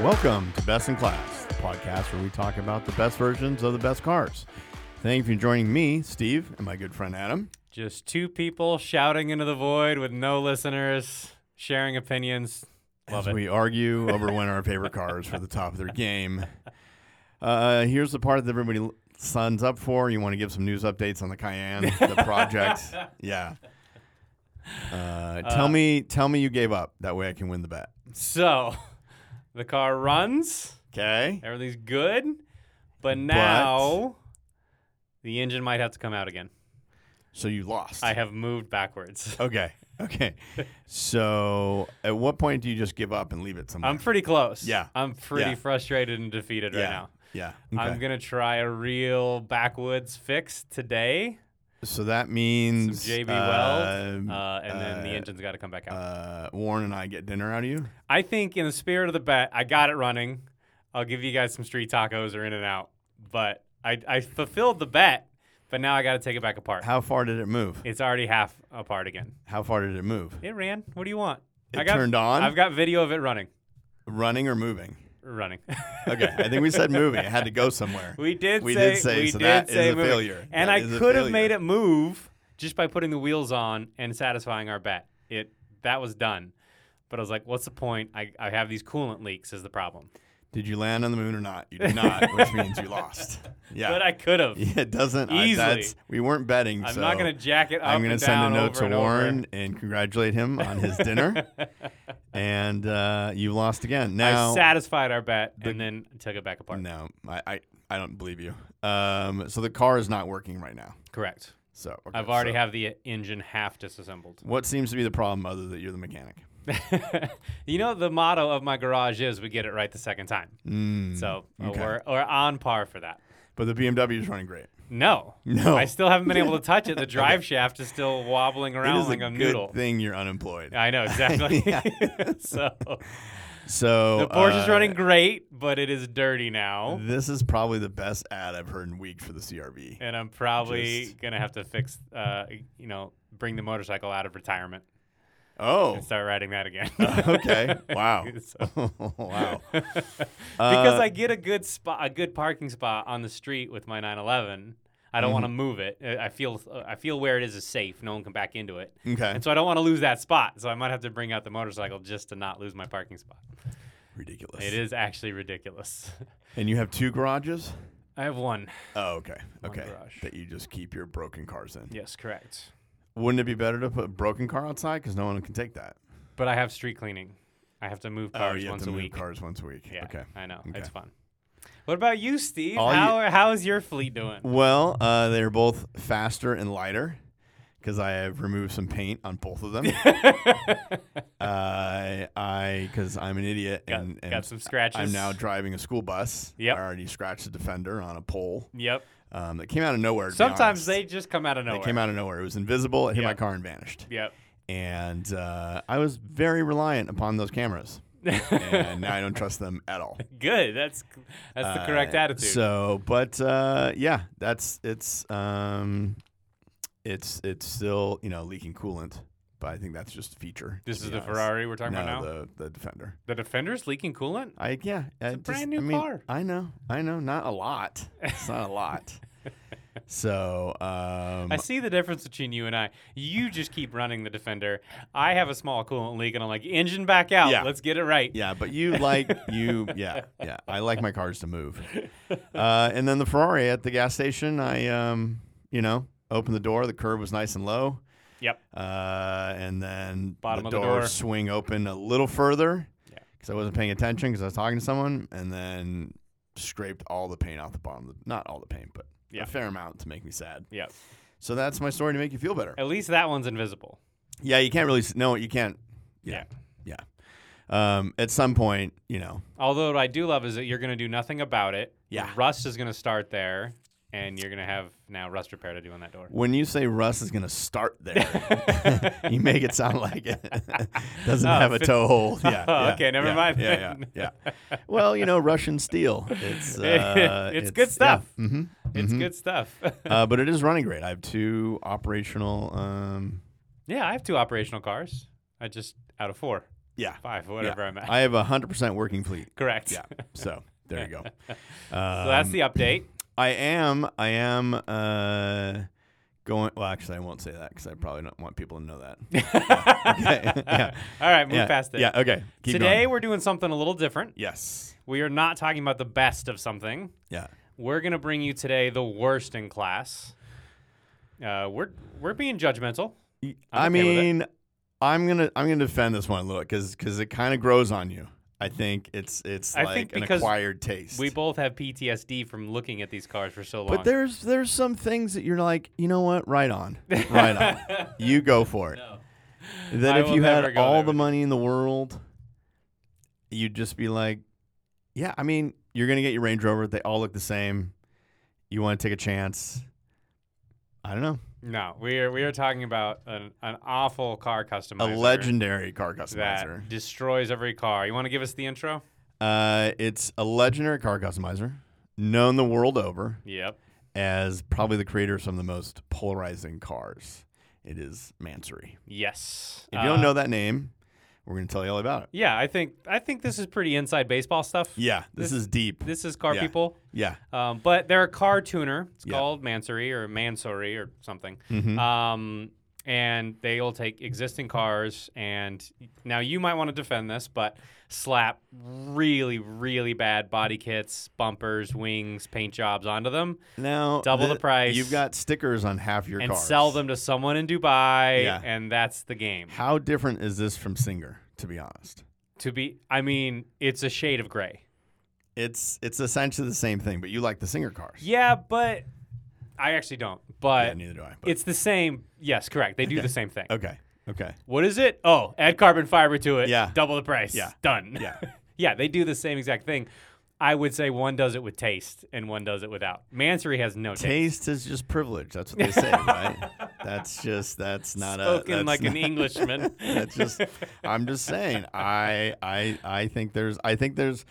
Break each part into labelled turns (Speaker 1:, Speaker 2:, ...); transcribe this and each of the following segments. Speaker 1: Welcome to Best in Class, the podcast where we talk about the best versions of the best cars. Thank you for joining me, Steve, and my good friend Adam.
Speaker 2: Just two people shouting into the void with no listeners, sharing opinions. Love
Speaker 1: as
Speaker 2: it.
Speaker 1: we argue over when our favorite cars for the top of their game. Uh, here's the part that everybody l- signs up for. You want to give some news updates on the Cayenne, the project. Yeah. Uh, tell me, tell me you gave up. That way I can win the bet.
Speaker 2: So, the car runs,
Speaker 1: Okay.
Speaker 2: everything's good, but now the engine might have to come out again.
Speaker 1: So you lost.
Speaker 2: I have moved backwards.
Speaker 1: okay. Okay. so at what point do you just give up and leave it somewhere?
Speaker 2: I'm pretty close.
Speaker 1: Yeah.
Speaker 2: I'm pretty
Speaker 1: Yeah.
Speaker 2: frustrated and defeated
Speaker 1: yeah.
Speaker 2: right now.
Speaker 1: Yeah.
Speaker 2: I'm
Speaker 1: Okay.
Speaker 2: going to try a real backwoods fix today.
Speaker 1: so that
Speaker 2: Some
Speaker 1: means
Speaker 2: JB Weld. Uh, and then the
Speaker 1: uh,
Speaker 2: engine's got to come back out.
Speaker 1: uh, Warren and I get dinner out of you.
Speaker 2: I think in the spirit of the bet, I got it running. I'll give you guys some street tacos or in and out. But I, I fulfilled the bet, but now I got to take it back apart.
Speaker 1: How far did it move?
Speaker 2: It's already half apart again.
Speaker 1: How far did it move?
Speaker 2: It ran. What do you want?
Speaker 1: It
Speaker 2: I got,
Speaker 1: turned on?
Speaker 2: I've got video of it running.
Speaker 1: Running or moving?
Speaker 2: Running.
Speaker 1: Okay, I think we said moving. It had to go somewhere.
Speaker 2: we did
Speaker 1: We
Speaker 2: say
Speaker 1: did say,
Speaker 2: we
Speaker 1: so
Speaker 2: did
Speaker 1: that is
Speaker 2: say
Speaker 1: a
Speaker 2: moving.
Speaker 1: failure.
Speaker 2: And
Speaker 1: That
Speaker 2: I
Speaker 1: is a
Speaker 2: could have
Speaker 1: failure.
Speaker 2: made it move just by putting the wheels on and satisfying our bet. It that was done. But I was like, what's the point? I, I have these coolant leaks is the problem.
Speaker 1: Did you land on the moon or not? You did not, which means you lost. Yeah.
Speaker 2: But I could have.
Speaker 1: yeah, it doesn't. I,
Speaker 2: Easily.
Speaker 1: that's, we weren't betting.
Speaker 2: I'm
Speaker 1: so
Speaker 2: not going to jack it up.
Speaker 1: I'm gonna
Speaker 2: and
Speaker 1: send a
Speaker 2: down
Speaker 1: note
Speaker 2: over
Speaker 1: to
Speaker 2: and over.
Speaker 1: Warren and congratulate him on his dinner. and uh, you lost again. Now, Mm.
Speaker 2: I satisfied our bet and then took it back apart.
Speaker 1: no, I, I, I don't believe you. Um, so the car is not working right now.
Speaker 2: Correct.
Speaker 1: So okay,
Speaker 2: I've already
Speaker 1: so
Speaker 2: have the engine half disassembled.
Speaker 1: What seems to be the problem, other that you're the mechanic?
Speaker 2: you know the motto of my garage is we get it right the second time.
Speaker 1: Mm.
Speaker 2: So uh,
Speaker 1: okay.
Speaker 2: we're, we're on par for that.
Speaker 1: But the BMW is running great.
Speaker 2: No.
Speaker 1: No.
Speaker 2: I still haven't been able to touch it. The drive shaft is still wobbling
Speaker 1: it
Speaker 2: around
Speaker 1: is
Speaker 2: like
Speaker 1: a,
Speaker 2: a,
Speaker 1: good
Speaker 2: noodle.
Speaker 1: thing you're unemployed.
Speaker 2: I know exactly.
Speaker 1: Yeah.
Speaker 2: so
Speaker 1: So
Speaker 2: the Porsche is
Speaker 1: uh,
Speaker 2: running great, but it is dirty now,
Speaker 1: This is probably the best ad I've heard in weeks for the CRV.
Speaker 2: and I'm probably
Speaker 1: Just-
Speaker 2: gonna have to fix, uh, you know, bring the motorcycle out of retirement.
Speaker 1: Oh, Uh,
Speaker 2: and start riding that again.
Speaker 1: okay. Wow.
Speaker 2: So-
Speaker 1: wow. Uh,
Speaker 2: because I get a good spot, a good parking spot on the street with my 911. I don't want
Speaker 1: Mm-hmm.
Speaker 2: to move it. Uh, I I feel I feel where it is is safe. No one can back into it,
Speaker 1: Okay.
Speaker 2: and so I don't want to lose that spot. So I might have to bring out the motorcycle just to not lose my parking spot.
Speaker 1: Ridiculous.
Speaker 2: It is actually ridiculous.
Speaker 1: And you have two garages?
Speaker 2: I have one.
Speaker 1: Oh, okay. Okay.
Speaker 2: garage.
Speaker 1: That you just keep your broken cars in.
Speaker 2: Yes, correct.
Speaker 1: Wouldn't it be better to put a broken car outside? Because no one can take that.
Speaker 2: But I have street cleaning. I have to move
Speaker 1: oh,
Speaker 2: cars
Speaker 1: you have
Speaker 2: once
Speaker 1: to
Speaker 2: a
Speaker 1: move
Speaker 2: week.
Speaker 1: cars once a week.
Speaker 2: Yeah,
Speaker 1: Okay.
Speaker 2: I know.
Speaker 1: Okay.
Speaker 2: It's fun. What about you, Steve?
Speaker 1: All you-
Speaker 2: how how is your fleet doing?
Speaker 1: Well, uh, they're both faster and lighter because I have removed some paint on both of them. uh, I because I'm an idiot
Speaker 2: Got,
Speaker 1: and, and
Speaker 2: got some scratches.
Speaker 1: I'm now driving a school bus.
Speaker 2: Yep.
Speaker 1: I already scratched a defender on a pole
Speaker 2: Yep.
Speaker 1: um, that came out of nowhere. to be
Speaker 2: Sometimes
Speaker 1: honest.
Speaker 2: they just come out of nowhere.
Speaker 1: It came out of nowhere. It was invisible. It hit my
Speaker 2: Yep.
Speaker 1: car and vanished.
Speaker 2: Yep.
Speaker 1: And uh, I was very reliant upon those cameras, and now I don't trust them at all.
Speaker 2: Good. That's that's the correct
Speaker 1: Uh,
Speaker 2: attitude.
Speaker 1: So, but uh, yeah, that's it's um, it's it's still you know leaking coolant, but I think that's just a feature.
Speaker 2: this
Speaker 1: to
Speaker 2: is
Speaker 1: be
Speaker 2: the
Speaker 1: honest.
Speaker 2: Ferrari we're talking
Speaker 1: No,
Speaker 2: about now. The,
Speaker 1: the the Defender.
Speaker 2: Defender's leaking coolant.
Speaker 1: I yeah. It's
Speaker 2: brand new
Speaker 1: I mean,
Speaker 2: car.
Speaker 1: I know, I know. Not a lot. It's not a lot. so um,
Speaker 2: I see the difference between you and I. You just keep running the Defender. I have a small coolant leak, and I'm like, engine back out.
Speaker 1: Yeah.
Speaker 2: Let's get it right.
Speaker 1: yeah, but you like you yeah yeah. I like my cars to move. Uh, and then the Ferrari at the gas station. I um you know opened the door. The curb was nice and low.
Speaker 2: Yep.
Speaker 1: Uh, and then
Speaker 2: Bottom
Speaker 1: the
Speaker 2: of the
Speaker 1: door
Speaker 2: door.
Speaker 1: swing open a little further
Speaker 2: Yeah.
Speaker 1: because I wasn't paying attention because I was talking to someone, and then scraped all the paint off the bottom. Of the, not all the paint, but
Speaker 2: Yeah.
Speaker 1: a fair amount to make me sad.
Speaker 2: Yep.
Speaker 1: So that's my story to make you feel better.
Speaker 2: At least that one's invisible.
Speaker 1: Yeah, you can't really. s- No, you can't. Yeah. Yeah. Um, at some point, you know.
Speaker 2: Although what I do love is that you're going to do nothing about it.
Speaker 1: Yeah.
Speaker 2: Rust is going to start there, and you're going to have now rust repair to do on that door.
Speaker 1: When you say Russ is going to start there, you make it sound like it doesn't
Speaker 2: Oh,
Speaker 1: have a
Speaker 2: fit-
Speaker 1: toe hole. Yeah,
Speaker 2: Oh,
Speaker 1: yeah,
Speaker 2: okay, never
Speaker 1: yeah,
Speaker 2: mind
Speaker 1: Yeah,
Speaker 2: then.
Speaker 1: yeah, yeah. Well, you know, Russian steel. It's uh,
Speaker 2: It's good stuff.
Speaker 1: hmm
Speaker 2: It's good stuff.
Speaker 1: uh, but it is running great. I have two operational. Um,
Speaker 2: yeah, I have two operational cars. I just out of four.
Speaker 1: Yeah.
Speaker 2: five, whatever I'm at.
Speaker 1: I have a 100% working fleet.
Speaker 2: Correct.
Speaker 1: Yeah. Um, So there you go. so
Speaker 2: So that's the update.
Speaker 1: I am. I am uh, going. Well, actually, I won't say that because I probably don't want people to know that. Yeah. Okay. yeah.
Speaker 2: All right, move
Speaker 1: yeah.
Speaker 2: past it.
Speaker 1: Yeah. Okay. Keep
Speaker 2: Today
Speaker 1: going.
Speaker 2: we're doing something a little different.
Speaker 1: Yes.
Speaker 2: We are not talking about the best of something.
Speaker 1: Yeah.
Speaker 2: We're gonna bring you today the worst in class. Uh, we're we're being judgmental.
Speaker 1: I
Speaker 2: I'm okay with it.
Speaker 1: mean, I'm gonna I'm gonna defend this one a little because because it kind of grows on you. I think it's it's
Speaker 2: I
Speaker 1: like
Speaker 2: think
Speaker 1: an
Speaker 2: because
Speaker 1: acquired taste.
Speaker 2: We both have PTSD from looking at these cars for so long.
Speaker 1: but there's there's some things that you're like, you know what? Right on, right on. You go for it. That
Speaker 2: I
Speaker 1: if
Speaker 2: will
Speaker 1: you
Speaker 2: never
Speaker 1: had
Speaker 2: go
Speaker 1: all
Speaker 2: there
Speaker 1: the
Speaker 2: with
Speaker 1: money in the world, you'd just be like, yeah. I mean, you're gonna get your Range Rover. They all look the same. You want to take a chance. I don't know.
Speaker 2: no, we are we are talking about an, an awful car customizer.
Speaker 1: A legendary car
Speaker 2: that
Speaker 1: customizer.
Speaker 2: destroys every car. You want to give us the intro?
Speaker 1: Uh, it's a legendary car customizer, known the world over
Speaker 2: Yep.
Speaker 1: as probably the creator of some of the most polarizing cars. It is Mansory.
Speaker 2: Yes. Uh,
Speaker 1: If you don't know that name, we're going to tell you all about it.
Speaker 2: yeah, I think I think this is pretty inside baseball stuff.
Speaker 1: Yeah, this,
Speaker 2: This-
Speaker 1: is deep.
Speaker 2: This is car
Speaker 1: Yeah.
Speaker 2: people.
Speaker 1: yeah,
Speaker 2: Um, but they're a car tuner. It's
Speaker 1: Yeah.
Speaker 2: called Mansory or Mansory or something.
Speaker 1: Mhm.
Speaker 2: Um, and they'll take existing cars and now you might want to defend this, but slap really, really bad body kits, bumpers, wings, paint jobs onto them
Speaker 1: now
Speaker 2: Double the price.
Speaker 1: You've got stickers on half your
Speaker 2: and
Speaker 1: cars.
Speaker 2: sell them to someone in Dubai.
Speaker 1: Yeah.
Speaker 2: And that's the game.
Speaker 1: How different is this from Singer? To be honest,
Speaker 2: To be, I mean, it's a shade of gray.
Speaker 1: it's it's essentially the same thing, but you like the Singer cars.
Speaker 2: Yeah, but I actually don't. But
Speaker 1: Yeah, neither do I. But
Speaker 2: it's the same. Yes, correct. They do the same thing.
Speaker 1: okay, okay,
Speaker 2: What is it? Oh, add carbon fiber to it.
Speaker 1: Yeah.
Speaker 2: Double the price.
Speaker 1: Yeah.
Speaker 2: Done.
Speaker 1: Yeah.
Speaker 2: yeah, they do the same exact thing. I would say one does it with taste and one does it without. Mansory has no taste.
Speaker 1: Taste is just privilege. That's what they say, right? That's just that's not
Speaker 2: Spoken
Speaker 1: a that's
Speaker 2: like
Speaker 1: not,
Speaker 2: an Englishman.
Speaker 1: That's just I'm just saying. I I I think there's I think there's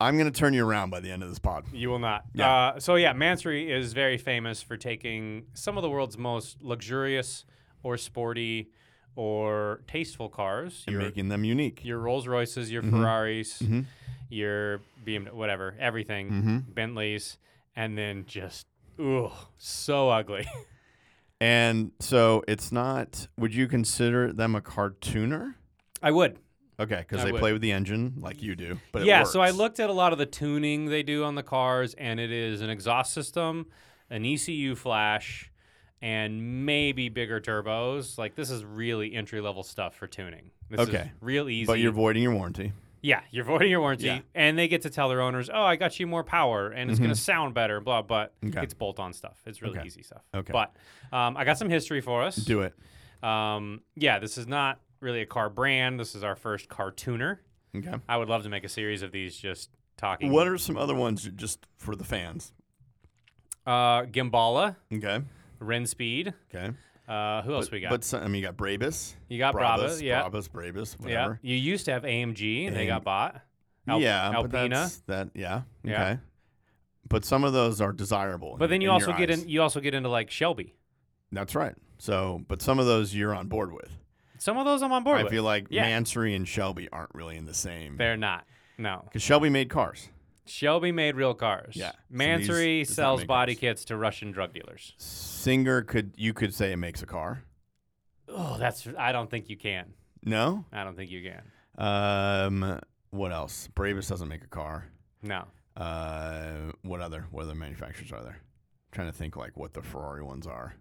Speaker 1: I'm gonna turn you around by the end of this pod.
Speaker 2: You will not.
Speaker 1: Yeah.
Speaker 2: Uh, so yeah, Mansory is very famous for taking some of the world's most luxurious or sporty or tasteful cars.
Speaker 1: You're
Speaker 2: Your,
Speaker 1: making them unique.
Speaker 2: your Rolls Royces, your Ferraris, your BMW, whatever, everything, Bentleys, and then just ooh, so ugly.
Speaker 1: and so it's not would you consider them a cartooner?
Speaker 2: I would.
Speaker 1: Okay, because
Speaker 2: I
Speaker 1: they
Speaker 2: would.
Speaker 1: play with the engine like you do. But it
Speaker 2: yeah, so I
Speaker 1: works.
Speaker 2: looked at a lot of the tuning they do on the cars, and it is an exhaust system, an ECU flash, and maybe bigger turbos. Like this is really entry level stuff for tuning. This is
Speaker 1: Okay.
Speaker 2: real easy.
Speaker 1: But you're voiding your warranty.
Speaker 2: yeah, you're voiding your warranty,
Speaker 1: Yeah. Mm-hmm.
Speaker 2: and they get to tell their owners, "Oh, I got you more power, and it's going to sound better." Blah, but
Speaker 1: Okay.
Speaker 2: it's bolt on stuff. It's really
Speaker 1: Okay.
Speaker 2: easy stuff.
Speaker 1: Okay.
Speaker 2: but um, I got some history for us.
Speaker 1: Do it.
Speaker 2: Um, yeah, this is not really a car brand. This is our first car tuner.
Speaker 1: Okay.
Speaker 2: I would love to make a series of these just talking.
Speaker 1: What are some other ones just for the fans?
Speaker 2: Uh, Gimbala,
Speaker 1: Okay.
Speaker 2: Ren Speed.
Speaker 1: Okay.
Speaker 2: Uh, who else we got?
Speaker 1: But some, I mean, you got Brabus.
Speaker 2: you got Brabus,
Speaker 1: Brabus,
Speaker 2: yeah,
Speaker 1: Brabus, Brabus,
Speaker 2: yeah.
Speaker 1: whatever.
Speaker 2: You used to have AMG, they got
Speaker 1: AMG.
Speaker 2: bought. Al-
Speaker 1: yeah,
Speaker 2: Alpina.
Speaker 1: but that's that. Yeah, okay.
Speaker 2: Yeah.
Speaker 1: But some of those are desirable. in-
Speaker 2: But then you
Speaker 1: in
Speaker 2: also
Speaker 1: your
Speaker 2: get e-
Speaker 1: eyes.
Speaker 2: in. You also get into like Shelby.
Speaker 1: That's right. So, but some of those you're on board with.
Speaker 2: Some of those I'm on board
Speaker 1: I
Speaker 2: with.
Speaker 1: feel like
Speaker 2: Yeah.
Speaker 1: Mansory and Shelby aren't really in the same.
Speaker 2: They're not. No,
Speaker 1: Because Shelby made cars.
Speaker 2: Shelby made real cars.
Speaker 1: Yeah. So these
Speaker 2: Mansory
Speaker 1: does not
Speaker 2: sells
Speaker 1: make
Speaker 2: body
Speaker 1: cars.
Speaker 2: kits to Russian drug dealers.
Speaker 1: Singer could you could say it makes a car.
Speaker 2: Oh, that's. I don't think you can.
Speaker 1: No.
Speaker 2: I don't think you can.
Speaker 1: Um. What else? Brabus doesn't make a car.
Speaker 2: No.
Speaker 1: Uh. What other? What other manufacturers are there? trying to think like what the Ferrari ones are.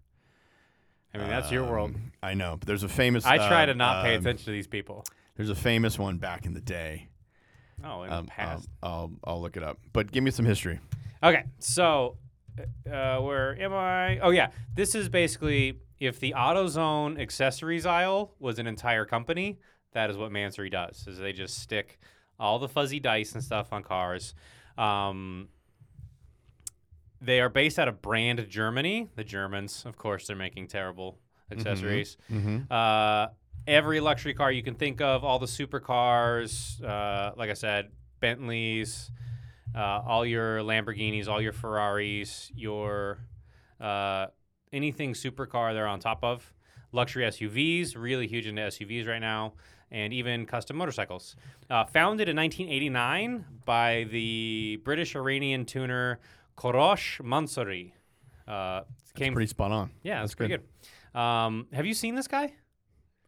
Speaker 2: I mean, that's your world.
Speaker 1: Um, I know, but there's a famous.
Speaker 2: I try
Speaker 1: uh,
Speaker 2: to not pay
Speaker 1: um,
Speaker 2: attention to these people.
Speaker 1: There's a famous one back in the day.
Speaker 2: Oh, in
Speaker 1: Um,
Speaker 2: the past.
Speaker 1: I'll, I'll I'll look it up. But give me some history.
Speaker 2: Okay, so uh, where am I? Oh yeah, this is basically if the AutoZone accessories aisle was an entire company, that is what Mansory does. Is they just stick all the fuzzy dice and stuff on cars. Um, they are based out of Brand, Germany. The Germans, of course, they're making terrible accessories. Uh, every luxury car you can think of, all the supercars, uh, like I said, Bentleys, uh, all your Lamborghinis, all your Ferraris, your uh, anything supercar they're on top of. luxury SUVs, really huge into SUVs right now, and even custom motorcycles. Uh, founded in 1989 by the British Iranian tuner Korosh Mansouri. Uh, came,
Speaker 1: Pretty spot on.
Speaker 2: yeah, that's, pretty good. Um, have you seen this guy?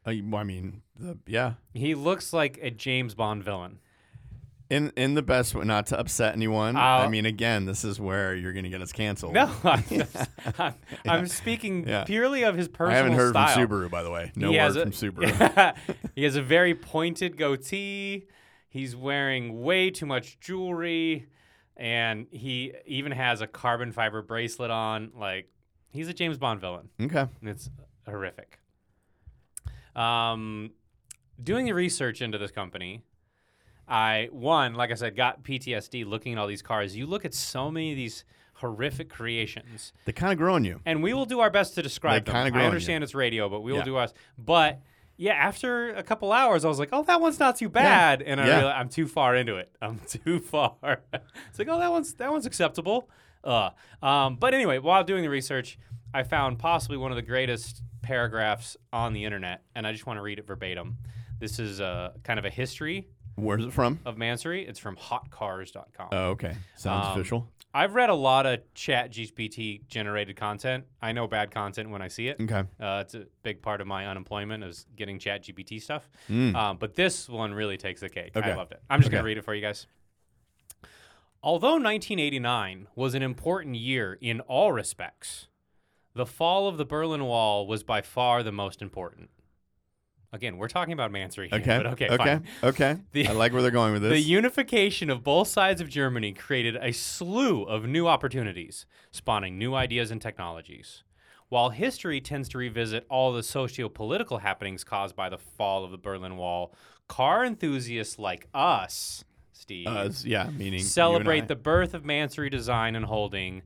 Speaker 1: Uh, you- I mean, the, yeah.
Speaker 2: He looks like a James Bond villain.
Speaker 1: In in the best way, not to upset anyone. I
Speaker 2: Uh,
Speaker 1: mean, again, this is where you're going to get us canceled.
Speaker 2: No, I'm, I'm, I'm speaking
Speaker 1: Yeah.
Speaker 2: purely of his personal
Speaker 1: I haven't heard
Speaker 2: style.
Speaker 1: from Subaru, by the way. No
Speaker 2: He
Speaker 1: word
Speaker 2: has a-
Speaker 1: from Subaru.
Speaker 2: he has a very pointed goatee. He's wearing way too much jewelry, and he even has a carbon fiber bracelet on. Like he's a James Bond villain,
Speaker 1: Okay.
Speaker 2: and it's horrific. Um, doing the research into this company, I one like I said got PTSD looking at all these cars. You look at so many of these horrific creations
Speaker 1: They kind of grow on you.
Speaker 2: and we will do our best to describe
Speaker 1: They
Speaker 2: them.
Speaker 1: kinda grow on
Speaker 2: I
Speaker 1: you.
Speaker 2: understand it's radio, but we will
Speaker 1: Yeah.
Speaker 2: do us. But yeah, after a couple hours, I was like, "Oh, that one's not too bad," and I
Speaker 1: Yeah.
Speaker 2: realized I'm too far into it. I'm too far. it's like, "Oh, that one's that one's acceptable." Uh, um, but anyway, while doing the research, I found possibly one of the greatest paragraphs on the internet, and I just want to read it verbatim. This is uh, kind of a history
Speaker 1: Where's it from?
Speaker 2: of Mansory. It's from HotCars.com.
Speaker 1: Oh, okay. Sounds
Speaker 2: Um,
Speaker 1: official.
Speaker 2: I've read a lot of Chat GPT generated content. I know bad content when I see it.
Speaker 1: Okay.
Speaker 2: Uh, it's a big part of my unemployment is getting Chat GPT stuff.
Speaker 1: Mm.
Speaker 2: Um, but this one really takes the cake.
Speaker 1: Okay.
Speaker 2: I loved it. I'm just going
Speaker 1: Okay.
Speaker 2: to read it for you guys. Although 1989 was an important year in all respects, the fall of the Berlin Wall was by far the most important. Again, we're talking about Mansory. here,
Speaker 1: Okay.
Speaker 2: but okay.
Speaker 1: Okay.
Speaker 2: Fine.
Speaker 1: Okay.
Speaker 2: The-
Speaker 1: I like where they're going with this.
Speaker 2: The unification of both sides of Germany created a slew of new opportunities, spawning new ideas and technologies. While history tends to revisit all the socio political happenings caused by the fall of the Berlin Wall, car enthusiasts like us, Steve,
Speaker 1: Uh, it's- yeah, meaning you and I.
Speaker 2: celebrate the birth of Mansory Design and Holding.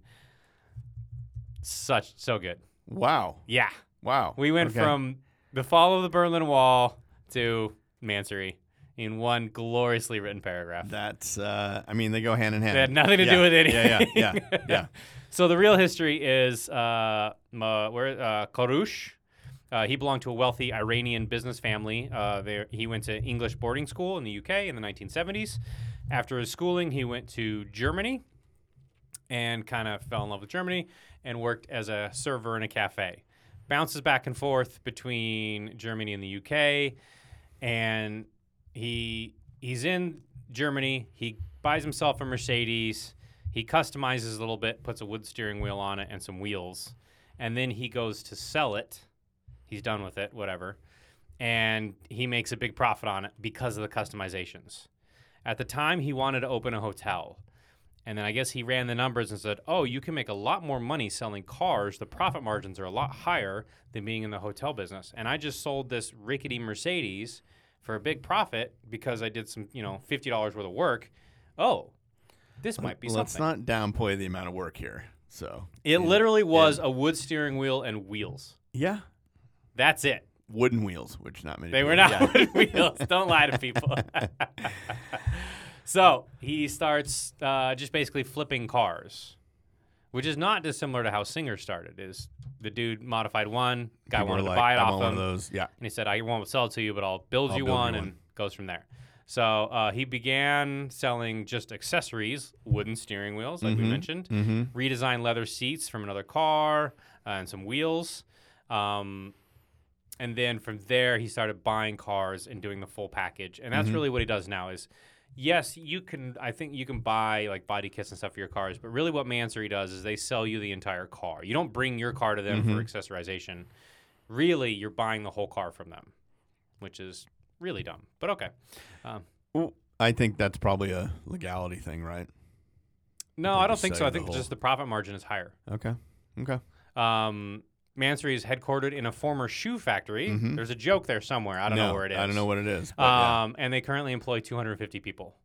Speaker 2: Such, so good.
Speaker 1: wow,
Speaker 2: Yeah.
Speaker 1: wow.
Speaker 2: We went
Speaker 1: Okay.
Speaker 2: from the fall of the Berlin Wall to Mansory in one gloriously written paragraph.
Speaker 1: that's. Uh, I mean, they go hand in hand.
Speaker 2: It had nothing to
Speaker 1: Yeah,
Speaker 2: do with
Speaker 1: Yeah,
Speaker 2: anything.
Speaker 1: yeah, yeah, yeah.
Speaker 2: So the real history is uh, Ma- where uh, Korush. Uh, he belonged to a wealthy Iranian business family. Uh, there, he went to English boarding school in the UK in the 1970s. After his schooling, he went to Germany and kind of fell in love with Germany and worked as a server in a cafe. Bounces back and forth between Germany and the UK, and he he's in Germany. He buys himself a Mercedes. He customizes a little bit, puts a wood steering wheel on it and some wheels, and then he goes to sell it. He's done with it, whatever, and he makes a big profit on it because of the customizations. At the time, he wanted to open a hotel. And then I guess he ran the numbers and said, "Oh, you can make a lot more money selling cars. The profit margins are a lot higher than being in the hotel business." And I just sold this rickety Mercedes for a big profit because I did some, you know, fifty dollars worth of work. Oh, this might be
Speaker 1: Let's not
Speaker 2: something.
Speaker 1: downplay the amount of work here. So
Speaker 2: it literally was a wood steering wheel and wheels.
Speaker 1: yeah,
Speaker 2: That's it.
Speaker 1: wooden wheels, which not many.
Speaker 2: They
Speaker 1: people-
Speaker 2: were not
Speaker 1: yeah.
Speaker 2: wooden wheels. Don't lie to people. so he starts uh, just basically flipping cars, which is not dissimilar to how Singer started. Is the dude modified one guy
Speaker 1: People were
Speaker 2: wanted
Speaker 1: like,
Speaker 2: to buy it
Speaker 1: I
Speaker 2: off
Speaker 1: want
Speaker 2: him,
Speaker 1: one of those. Yeah,
Speaker 2: and he said, "I won't sell it to you, but I'll build
Speaker 1: I'll
Speaker 2: you
Speaker 1: build you
Speaker 2: one,"
Speaker 1: one.
Speaker 2: and goes from there. So uh, he began selling just accessories, wooden steering wheels, like we mentioned,
Speaker 1: mm-hmm.
Speaker 2: redesigned leather seats from another car uh, and some wheels. Um, and then from there, he started buying cars and doing the full package. And
Speaker 1: Mm-hmm.
Speaker 2: that's really what he does now is, yes, you can, I think you can buy like body kits and stuff for your cars. But really what Mansory does is they sell you the entire car. You don't bring your car to them
Speaker 1: Mm-hmm.
Speaker 2: for accessorization. Really, you're buying the whole car from them, which is really dumb. But okay. Um,
Speaker 1: Well, I think that's probably a legality thing, right?
Speaker 2: no,
Speaker 1: They
Speaker 2: I don't
Speaker 1: just
Speaker 2: think
Speaker 1: sell
Speaker 2: so.
Speaker 1: you
Speaker 2: I
Speaker 1: the
Speaker 2: think
Speaker 1: whole-
Speaker 2: just the profit margin is higher.
Speaker 1: Okay, okay.
Speaker 2: Um, Mansory is headquartered in a former shoe factory. There's a joke there somewhere. I don't
Speaker 1: Mm-hmm. no,
Speaker 2: know where it is.
Speaker 1: I don't know what it is. But yeah.
Speaker 2: Um, and they currently employ 250 people,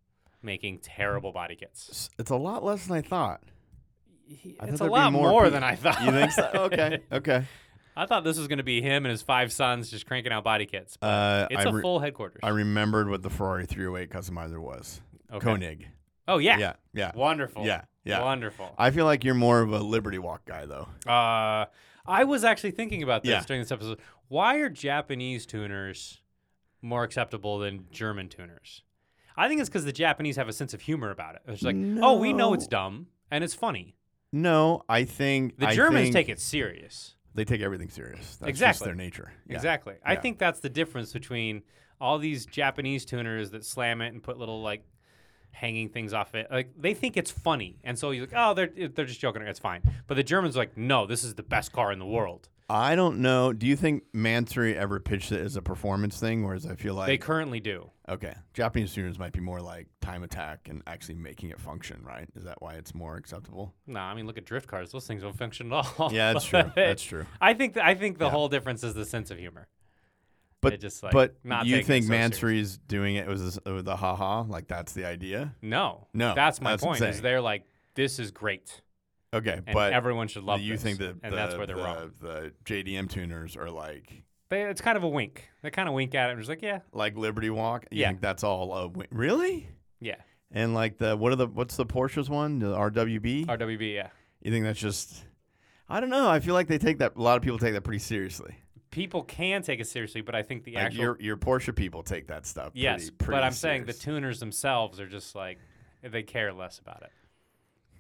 Speaker 2: making terrible body kits.
Speaker 1: It's- it's a lot less than I thought. I
Speaker 2: it's
Speaker 1: thought there'd be
Speaker 2: a lot
Speaker 1: more
Speaker 2: more,
Speaker 1: pe-
Speaker 2: than I thought.
Speaker 1: You think so? okay, okay.
Speaker 2: I thought this was going to be him and his five sons just cranking out body kits.
Speaker 1: Uh,
Speaker 2: It's
Speaker 1: I
Speaker 2: a
Speaker 1: re-
Speaker 2: full headquarters.
Speaker 1: I remembered what the Ferrari 308 customizer was.
Speaker 2: Okay.
Speaker 1: Koenig.
Speaker 2: Oh yeah.
Speaker 1: Yeah, yeah,
Speaker 2: wonderful.
Speaker 1: yeah, yeah.
Speaker 2: wonderful.
Speaker 1: I feel like you're more of a Liberty Walk guy, though.
Speaker 2: Uh, I was actually thinking about this
Speaker 1: Yeah.
Speaker 2: during this episode. Why are Japanese tuners more acceptable than German tuners? I think it's because the Japanese have a sense of humor about it. It's like, oh, we know it's
Speaker 1: No.
Speaker 2: dumb and it's funny.
Speaker 1: No, I think
Speaker 2: The
Speaker 1: I
Speaker 2: Germans
Speaker 1: think
Speaker 2: take it serious.
Speaker 1: They take everything serious. That's just
Speaker 2: Exactly.
Speaker 1: their nature. Yeah.
Speaker 2: Exactly. I
Speaker 1: Yeah.
Speaker 2: think that's the difference between all these Japanese tuners that slam it and put little like hanging things off it. Like they think it's funny, and so you're like, oh, they're they're just joking. It's fine. But the Germans are like, no, this is the best car in the world.
Speaker 1: I don't know. Do you think Mansory ever pitched it as a performance thing? Whereas I feel
Speaker 2: They
Speaker 1: like
Speaker 2: currently do.
Speaker 1: okay, Japanese students might be more like time attack and actually making it function. Right? Is that why it's more acceptable?
Speaker 2: No, I mean, look at drift cars; those things don't function at all.
Speaker 1: Yeah, that's true.
Speaker 2: But
Speaker 1: That's true.
Speaker 2: I think th- I think the whole difference is the sense of humor.
Speaker 1: But-
Speaker 2: They just like
Speaker 1: but
Speaker 2: not
Speaker 1: you
Speaker 2: taking it
Speaker 1: think
Speaker 2: so serious.
Speaker 1: Mansory's doing it was this, with a ha ha? Like that's the idea?
Speaker 2: No,
Speaker 1: No,
Speaker 2: that's my
Speaker 1: that's what I'm
Speaker 2: point. Is
Speaker 1: saying.
Speaker 2: they're like, this is great,
Speaker 1: Okay,
Speaker 2: and
Speaker 1: but
Speaker 2: everyone should love.
Speaker 1: you
Speaker 2: this.
Speaker 1: think that
Speaker 2: and
Speaker 1: the,
Speaker 2: that's where they're
Speaker 1: the,
Speaker 2: wrong.
Speaker 1: the JDM tuners are like
Speaker 2: They, it's kind of a wink. They kind of wink at it and just like, yeah,
Speaker 1: like Liberty Walk? You
Speaker 2: Yeah.
Speaker 1: think that's all? Uh, wi- really?
Speaker 2: yeah.
Speaker 1: And like the what are the what's the Porsche's one? The RWB?
Speaker 2: RWB, yeah.
Speaker 1: you think that's just? I don't know. I feel like they take that. A lot of people take that pretty seriously.
Speaker 2: People can take it seriously, but I think the
Speaker 1: Like
Speaker 2: actual
Speaker 1: your your Porsche people take that stuff.
Speaker 2: yes.
Speaker 1: pretty,
Speaker 2: but
Speaker 1: pretty
Speaker 2: I'm saying the
Speaker 1: serious.
Speaker 2: tuners themselves are just like they care less about it.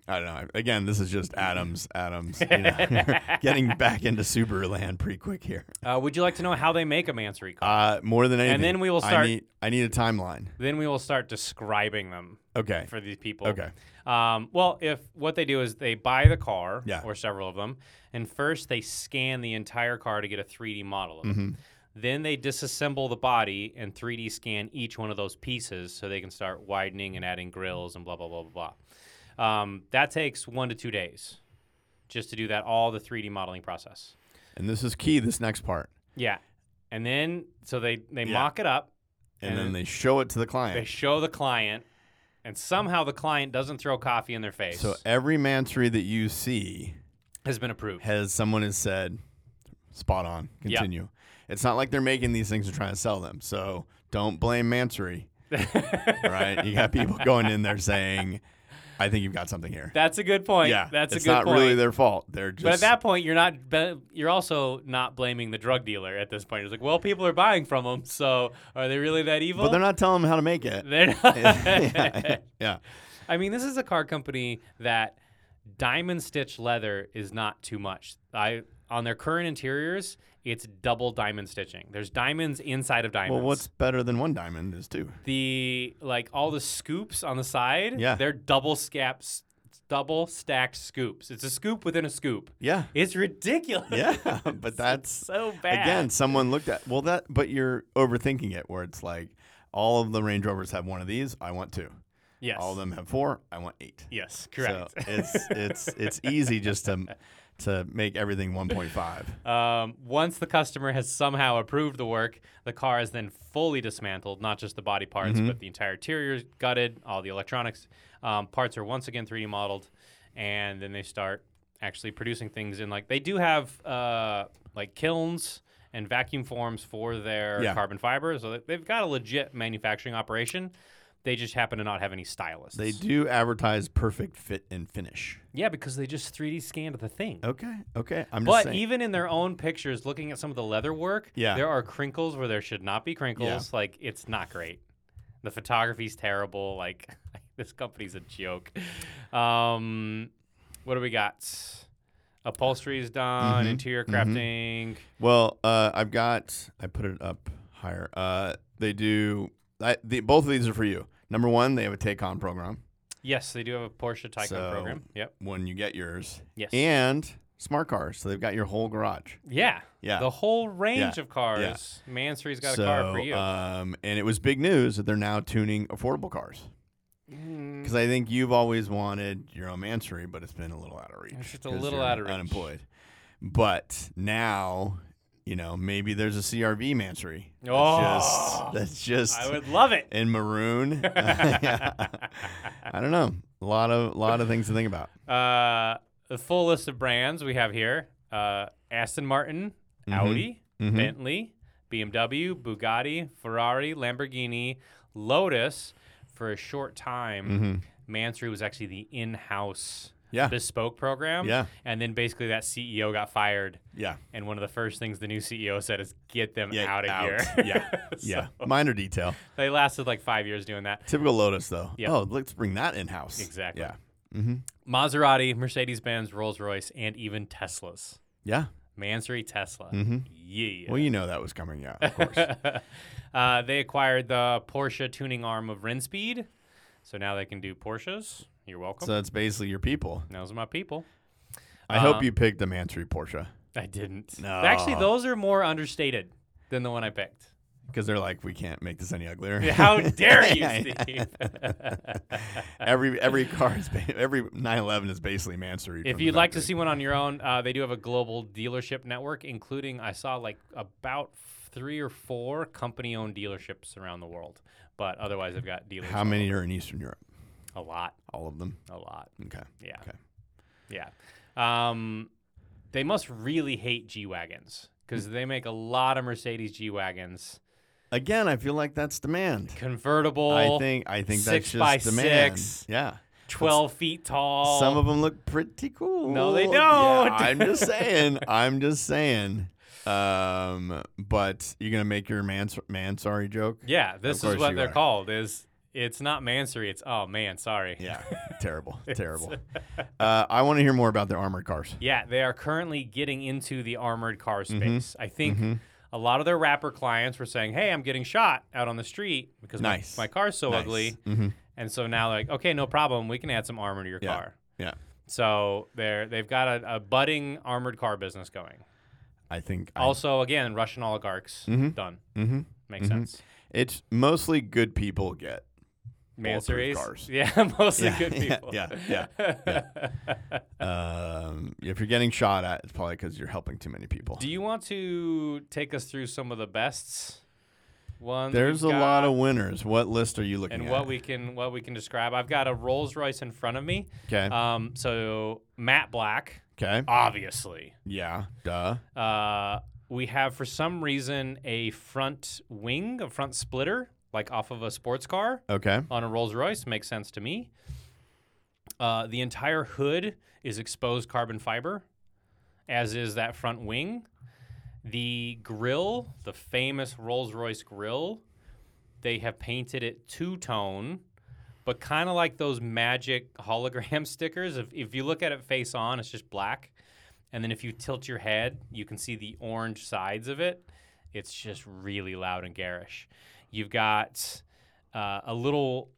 Speaker 1: I don't know. Again, this is just Adams. Adams, you know, getting back into Subaru land pretty quick here.
Speaker 2: Uh, would you like to know how they make a Mansory car?
Speaker 1: Uh, more than anything.
Speaker 2: then we will
Speaker 1: I
Speaker 2: start-
Speaker 1: need, I need a timeline.
Speaker 2: then we will start describing them
Speaker 1: Okay.
Speaker 2: for these people.
Speaker 1: Okay.
Speaker 2: Um, well, if what they do is they buy the car
Speaker 1: Yeah.
Speaker 2: or several of them, and first they scan the entire car to get a 3D model of it.
Speaker 1: Mm-hmm.
Speaker 2: Then they disassemble the body and 3D scan each one of those pieces so they can start widening and adding grills and blah blah blah blah blah. Um, that takes one to two days, just to do that all the 3D modeling process.
Speaker 1: And this is key. This next part.
Speaker 2: Yeah, and then so they they
Speaker 1: Yeah.
Speaker 2: mock it up,
Speaker 1: And,
Speaker 2: And
Speaker 1: then they show it to the
Speaker 2: they
Speaker 1: client.
Speaker 2: show the client, and somehow the client doesn't throw coffee in their face.
Speaker 1: so every Mansory that you see
Speaker 2: has been approved.
Speaker 1: has someone has said, spot on.
Speaker 2: Yeah.
Speaker 1: Continue. It's not like they're making these things and trying to sell them. So don't blame Mansory. right? You got people going in there saying, I think you've got something here.
Speaker 2: That's a good point.
Speaker 1: yeah.
Speaker 2: that's
Speaker 1: it's
Speaker 2: a good
Speaker 1: not
Speaker 2: point.
Speaker 1: really their fault. They're just
Speaker 2: but at that point, you're not. Be- you're also not blaming the drug dealer at this point. It's like, well, people are buying from them, so are they really that evil?
Speaker 1: but they're not telling them how to make it.
Speaker 2: They're not.
Speaker 1: yeah. yeah.
Speaker 2: I mean, this is a car company that diamond stitch leather is not too much. I on their current interiors, it's double diamond stitching. There's diamonds inside of diamonds.
Speaker 1: Well, what's better than one diamond is two.
Speaker 2: the like all the scoops on the side?
Speaker 1: Yeah.
Speaker 2: they're double scaps, double stacked scoops. It's a scoop within a scoop.
Speaker 1: Yeah.
Speaker 2: It's ridiculous.
Speaker 1: Yeah. But that's
Speaker 2: so bad.
Speaker 1: Again, someone looked at well that, but you're overthinking it. Where it's like all of the Range Rovers have one of these. I want two.
Speaker 2: yes.
Speaker 1: All of them have four. I want eight.
Speaker 2: Yes, correct.
Speaker 1: So it's it's it's easy just to to make everything 1.5.
Speaker 2: um, once the customer has somehow approved the work, the car is then fully dismantled, not just the body parts,
Speaker 1: Mm-hmm.
Speaker 2: but the entire interior is gutted, all the electronics. Um, parts are once again 3D modeled, and then they start actually producing things in like they do have uh, like kilns and vacuum forms for their
Speaker 1: Yeah.
Speaker 2: carbon fiber. So they- they've got a legit manufacturing operation. They just happen to not have any stylists.
Speaker 1: They do advertise perfect fit and finish.
Speaker 2: yeah, because they just 3D scanned the thing.
Speaker 1: Okay, okay. I'm just
Speaker 2: But
Speaker 1: saying.
Speaker 2: even in their own pictures, looking at some of the leather work,
Speaker 1: Yeah.
Speaker 2: there are crinkles where there should not be crinkles. Like it's not great. The photography's terrible. Like this company's a joke. Um, what do we got? Upholstery is done.
Speaker 1: Mm-hmm.
Speaker 2: Interior crafting.
Speaker 1: well, uh, I've got I put it up higher. Uh, they do. I, the, both of these are for you. Number one, they have a take on program
Speaker 2: Yes, they do have a Porsche Taycan
Speaker 1: So-
Speaker 2: program. Yep.
Speaker 1: when you get yours.
Speaker 2: Yes.
Speaker 1: And smart cars, so they've got your whole garage.
Speaker 2: yeah.
Speaker 1: Yeah.
Speaker 2: The whole range
Speaker 1: Yeah.
Speaker 2: of cars. Mansory's got
Speaker 1: so,
Speaker 2: a car for you.
Speaker 1: Um, and it was big news that they're now tuning affordable cars
Speaker 2: Mm,
Speaker 1: because I think you've always wanted your own Mansory, but it's been a little out of reach.
Speaker 2: It's just a
Speaker 1: 'cause
Speaker 2: little
Speaker 1: you're
Speaker 2: out of reach.
Speaker 1: Unemployed, but now you know maybe there's a CRV Mansory. That's
Speaker 2: Oh.
Speaker 1: just, that's just
Speaker 2: I would love it.
Speaker 1: in maroon. Yeah. I don't know. A lot of lot of things to think about.
Speaker 2: Uh, the full list of brands we have here: uh, Aston Martin, Audi,
Speaker 1: Mhm.
Speaker 2: Bentley, BMW, Bugatti, Ferrari, Lamborghini, Lotus. For a short time, Mansory was actually the in-house
Speaker 1: Mm-hmm. Yeah.
Speaker 2: bespoke program.
Speaker 1: Yeah.
Speaker 2: And then basically that CEO got fired.
Speaker 1: Yeah.
Speaker 2: And one of the first things the new CEO said is get them
Speaker 1: Yeah,
Speaker 2: out of
Speaker 1: out.
Speaker 2: here.
Speaker 1: Yeah,
Speaker 2: So
Speaker 1: Yeah. Minor detail.
Speaker 2: They lasted like five years doing that.
Speaker 1: Typical Lotus, though.
Speaker 2: Yeah.
Speaker 1: Oh, let's bring that in house.
Speaker 2: Exactly.
Speaker 1: Yeah. Mm-hmm.
Speaker 2: Maserati, Mercedes Benz, Rolls Royce, and even Teslas.
Speaker 1: Yeah.
Speaker 2: Mansory Tesla.
Speaker 1: Mhm.
Speaker 2: Yeah.
Speaker 1: Well, you know that was coming. Yeah. Of course.
Speaker 2: uh, they acquired the Porsche tuning arm of Rinspeed. So now they can do Porsches. You're welcome.
Speaker 1: so that's basically your people.
Speaker 2: Those are my people. Uh,
Speaker 1: I hope you picked the Mansory Porsche
Speaker 2: I didn't.
Speaker 1: No.
Speaker 2: Actually, those are more understated than the one I picked.
Speaker 1: because they're like, we can't make this any uglier.
Speaker 2: How dare you,
Speaker 1: Yeah, yeah.
Speaker 2: Steve?
Speaker 1: every every car is ba- every 911 is basically Mansory.
Speaker 2: if you'd like to see one on your own, uh, they do have a global dealership network, including I saw like about three or four company-owned dealerships around the world. But otherwise, they've got dealers.
Speaker 1: how
Speaker 2: all
Speaker 1: many
Speaker 2: over.
Speaker 1: are in Eastern Europe?
Speaker 2: A lot.
Speaker 1: All of them.
Speaker 2: A lot.
Speaker 1: Okay.
Speaker 2: Yeah.
Speaker 1: Okay.
Speaker 2: Yeah. Um, they must really hate G wagons because they make a lot of Mercedes G wagons,
Speaker 1: Again, I feel like that's demand.
Speaker 2: convertible.
Speaker 1: I think I think that's
Speaker 2: six
Speaker 1: just
Speaker 2: by
Speaker 1: demand.
Speaker 2: six.
Speaker 1: Yeah.
Speaker 2: 12 feet tall.
Speaker 1: Some of them look pretty cool.
Speaker 2: No, they
Speaker 1: Yeah,
Speaker 2: don't.
Speaker 1: I'm just saying. I'm just saying. Um, but you're gonna make your man, man sorry joke.
Speaker 2: yeah, this is
Speaker 1: course
Speaker 2: what
Speaker 1: you
Speaker 2: they're
Speaker 1: are.
Speaker 2: called. Is it's not Mansory, it's oh man, sorry.
Speaker 1: Yeah, terrible, terrible. Uh, I want to hear more about their armored cars.
Speaker 2: Yeah, they are currently getting into the armored car
Speaker 1: Mm-hmm.
Speaker 2: space. I think a lot of their rapper clients were saying, "Hey, I'm getting shot out on the street because my-
Speaker 1: Nice.
Speaker 2: my, car's so
Speaker 1: Nice.
Speaker 2: ugly."
Speaker 1: Mhm.
Speaker 2: And so now, like, okay, no problem. We can add some armor to your
Speaker 1: Yeah.
Speaker 2: car.
Speaker 1: Yeah,
Speaker 2: So they're they've got a, a budding armored car business going.
Speaker 1: I think. I,
Speaker 2: Also, again, Russian oligarchs
Speaker 1: Mhm.
Speaker 2: done
Speaker 1: hmm
Speaker 2: makes
Speaker 1: Mhm.
Speaker 2: sense.
Speaker 1: It's mostly good people get. Bulletproof
Speaker 2: Mansories,
Speaker 1: cars.
Speaker 2: yeah, mostly
Speaker 1: Yeah,
Speaker 2: good
Speaker 1: yeah,
Speaker 2: people.
Speaker 1: yeah, yeah, Um, if you're getting shot at, it's probably because you're helping too many people.
Speaker 2: Do you want to take us through some of the bests? Ones
Speaker 1: There's a
Speaker 2: we've
Speaker 1: lot
Speaker 2: got
Speaker 1: of winners. What list are you looking
Speaker 2: and
Speaker 1: at?
Speaker 2: what we can what we can describe. I've got a Rolls Royce in front of me.
Speaker 1: Okay.
Speaker 2: Um, so Matt Black,
Speaker 1: okay.
Speaker 2: obviously.
Speaker 1: yeah. Duh.
Speaker 2: Uh, we have for some reason a front wing, a front splitter, like off of a sports car
Speaker 1: Okay.
Speaker 2: on a Rolls Royce. Makes sense to me. Uh, the entire hood is exposed carbon fiber, as is that front wing. The grill, the famous Rolls Royce grill, they have painted it two tone, but kind of like those magic hologram stickers. If, if you look at it face on, it's just black. And then if you tilt your head, you can see the orange sides of it. It's just really loud and garish. You've got uh, a little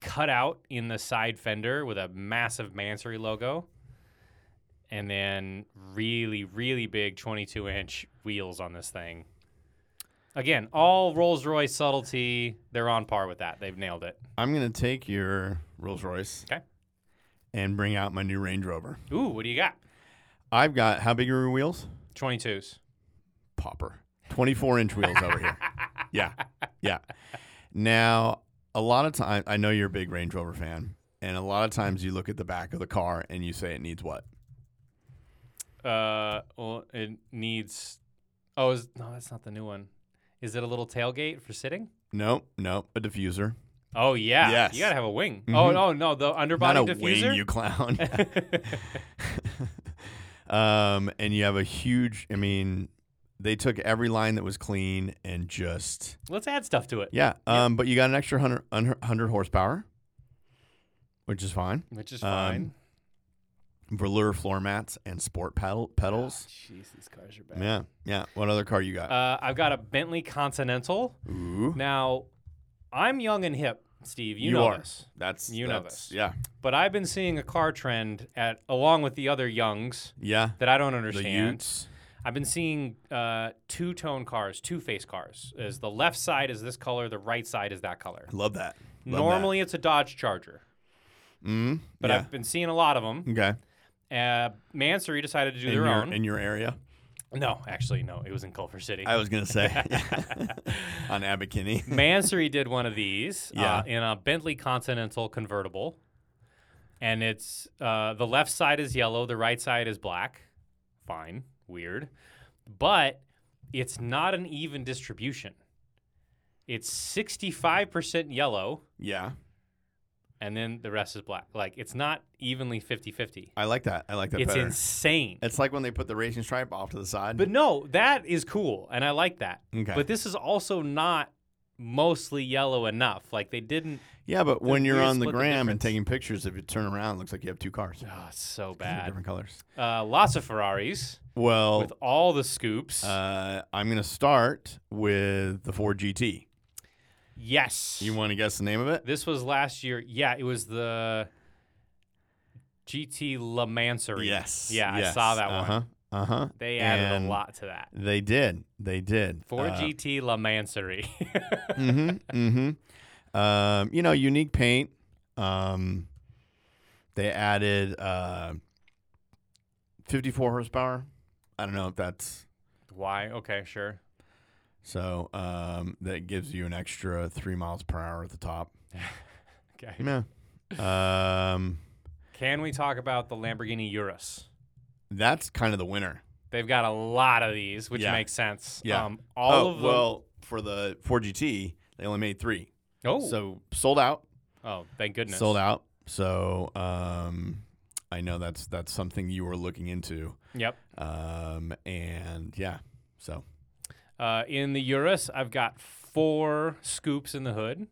Speaker 2: cutout in the side fender with a massive Mansory logo. And then really, really big 22 inch wheels on this thing. Again, all Rolls Royce subtlety. They're on par with that. They've nailed it.
Speaker 1: I'm gonna take your Rolls Royce.
Speaker 2: 'Kay.
Speaker 1: And bring out my new Range Rover.
Speaker 2: Ooh, what do you got?
Speaker 1: I've got how big are your wheels?
Speaker 2: 22s.
Speaker 1: Popper. 24 inch wheels over here. Yeah. Yeah. Now, a lot of time I know you're a big Range Rover fan, and a lot of times you look at the back of the car and you say it needs what?
Speaker 2: Uh, well, it needs. Oh, is no, that's not the new one. Is it a little tailgate for sitting?
Speaker 1: Nope, nope, a diffuser.
Speaker 2: Oh yeah,
Speaker 1: Yes. Mm-hmm.
Speaker 2: you gotta have a wing. Oh no, no, the underbody
Speaker 1: Not a
Speaker 2: diffuser.
Speaker 1: wing, you clown. um, and you have a huge. I mean, they took every line that was clean and just
Speaker 2: Let's add stuff to it,
Speaker 1: yeah. Um, but you got an extra 100, 100 horsepower, which is fine.
Speaker 2: which is
Speaker 1: Um,
Speaker 2: fine.
Speaker 1: Velour floor mats and sport pedal, pedals.
Speaker 2: Jeez, these Ah, cars are
Speaker 1: Yeah, yeah. What other car you got?
Speaker 2: Uh, I've got a Bentley Continental.
Speaker 1: Ooh,
Speaker 2: Now, I'm young and hip, Steve. You,
Speaker 1: You
Speaker 2: know
Speaker 1: are.
Speaker 2: this.
Speaker 1: that's
Speaker 2: you know
Speaker 1: that's-
Speaker 2: this.
Speaker 1: Yeah,
Speaker 2: But I've been seeing a car trend at along with the other youngs
Speaker 1: yeah.
Speaker 2: that I don't
Speaker 1: The
Speaker 2: understand.
Speaker 1: Utes.
Speaker 2: I've been seeing uh, two tone cars, two face cars. As the left side is this color, the right side is that color.
Speaker 1: Love that. Love
Speaker 2: Normally, it's a Dodge Charger,
Speaker 1: that. mm,
Speaker 2: but
Speaker 1: yeah.
Speaker 2: I've been seeing a lot of them.
Speaker 1: okay.
Speaker 2: Uh, Mansory decided to do
Speaker 1: In
Speaker 2: their
Speaker 1: your,
Speaker 2: own.
Speaker 1: in your area,
Speaker 2: no, actually, no. It was in Culver City.
Speaker 1: I was gonna say on Abercrombie.
Speaker 2: Mansory did one of these
Speaker 1: Yeah.
Speaker 2: uh, in a Bentley Continental convertible, and it's uh, the left side is yellow, the right side is black. Fine, weird, but it's not an even distribution. It's sixty-five percent yellow,
Speaker 1: Yeah.
Speaker 2: and then the rest is black. Like it's not evenly 50-50.
Speaker 1: I like that. I like that
Speaker 2: It's
Speaker 1: better.
Speaker 2: insane.
Speaker 1: it's like when they put the racing stripe off to the side.
Speaker 2: But no, that is cool, and I like that.
Speaker 1: okay.
Speaker 2: But this is also not mostly yellow enough. Like they didn't.
Speaker 1: yeah, but when you're
Speaker 2: weird
Speaker 1: on the
Speaker 2: split the
Speaker 1: gram and
Speaker 2: difference.
Speaker 1: taking pictures, if you turn around, it looks like you have two cars.
Speaker 2: Oh, it's so
Speaker 1: They're
Speaker 2: bad.
Speaker 1: Different colors.
Speaker 2: Uh, lots of Ferraris
Speaker 1: Well,
Speaker 2: with all the scoops.
Speaker 1: Oh. uh, I'm going to start with the Ford GT.
Speaker 2: yes.
Speaker 1: You want to guess the name of it?
Speaker 2: This was last year. Yeah, it was the GT Le Mansery.
Speaker 1: Yes.
Speaker 2: Yeah, I
Speaker 1: yes.
Speaker 2: saw that one.
Speaker 1: uh-huh, Uh huh.
Speaker 2: They added
Speaker 1: And-
Speaker 2: a lot to that.
Speaker 1: They did. They did.
Speaker 2: For
Speaker 1: Uh,
Speaker 2: GT Le Mansery.
Speaker 1: mm-hmm. Mm-hmm. Um, you know, unique paint. Um, they added uh, 54 horsepower. I don't know if that's
Speaker 2: Why? Okay, sure.
Speaker 1: so. Um, that gives you an extra three miles per hour at the top.
Speaker 2: Okay.
Speaker 1: Yeah. Um,
Speaker 2: Can we talk about the Lamborghini Urus?
Speaker 1: that's kind of the winner.
Speaker 2: They've got a lot of these, which
Speaker 1: Yeah.
Speaker 2: makes sense.
Speaker 1: Yeah.
Speaker 2: Um, all
Speaker 1: oh,
Speaker 2: of them.
Speaker 1: well for the 4GT, they only made three,
Speaker 2: oh,
Speaker 1: so sold out.
Speaker 2: oh, thank goodness.
Speaker 1: Sold out. So um, I know that's that's something you were looking into.
Speaker 2: Yep.
Speaker 1: Um, and yeah, so
Speaker 2: Uh, in the Urus, I've got four scoops in the hood.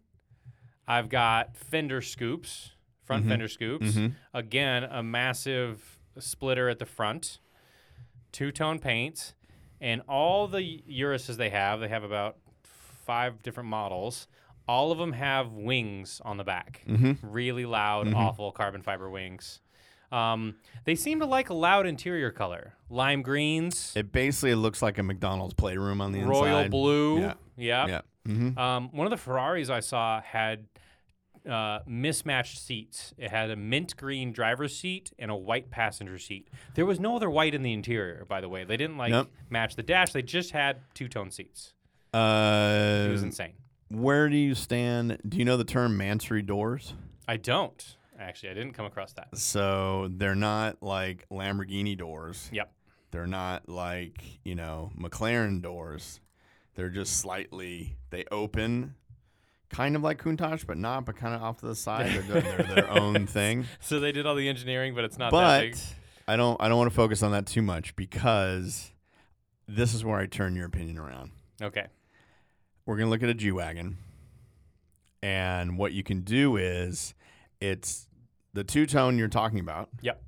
Speaker 2: I've got fender scoops, front
Speaker 1: Mhm.
Speaker 2: fender scoops.
Speaker 1: Mhm.
Speaker 2: Again, a massive splitter at the front, two tone paint, and all the Uruses they have, they have about five different models. All of them have wings on the back.
Speaker 1: Mhm.
Speaker 2: Really loud, awful carbon fiber wings. Um, they seem to like a loud interior color. Lime greens,
Speaker 1: it basically looks like a McDonald's playroom on the
Speaker 2: royal
Speaker 1: inside.
Speaker 2: blue.
Speaker 1: Yeah.
Speaker 2: Yep.
Speaker 1: Yeah. hmm
Speaker 2: Um, one of the Ferraris I saw had uh, mismatched seats. It had a mint green driver's seat and a white passenger seat. There was no other white in the interior, by the way. They didn't like
Speaker 1: Nope.
Speaker 2: match the dash. They just had two tone seats. It was
Speaker 1: Uh,
Speaker 2: insane.
Speaker 1: where do you stand? Do you know the term Mansory doors?
Speaker 2: I don't actually. I didn't come across that.
Speaker 1: So they're not like Lamborghini doors.
Speaker 2: Yep.
Speaker 1: They're not like you know McLaren doors. They're just slightly they open, kind of like Countach, but not, but kind of off to the side. They're, they're their own thing.
Speaker 2: So they did all the engineering, but it's not that big.
Speaker 1: but I don't I don't want to focus on that too much because this is where I turn your opinion around.
Speaker 2: Okay.
Speaker 1: We're gonna look at a G wagon, and what you can do is it's the two tone you're talking about.
Speaker 2: Yep.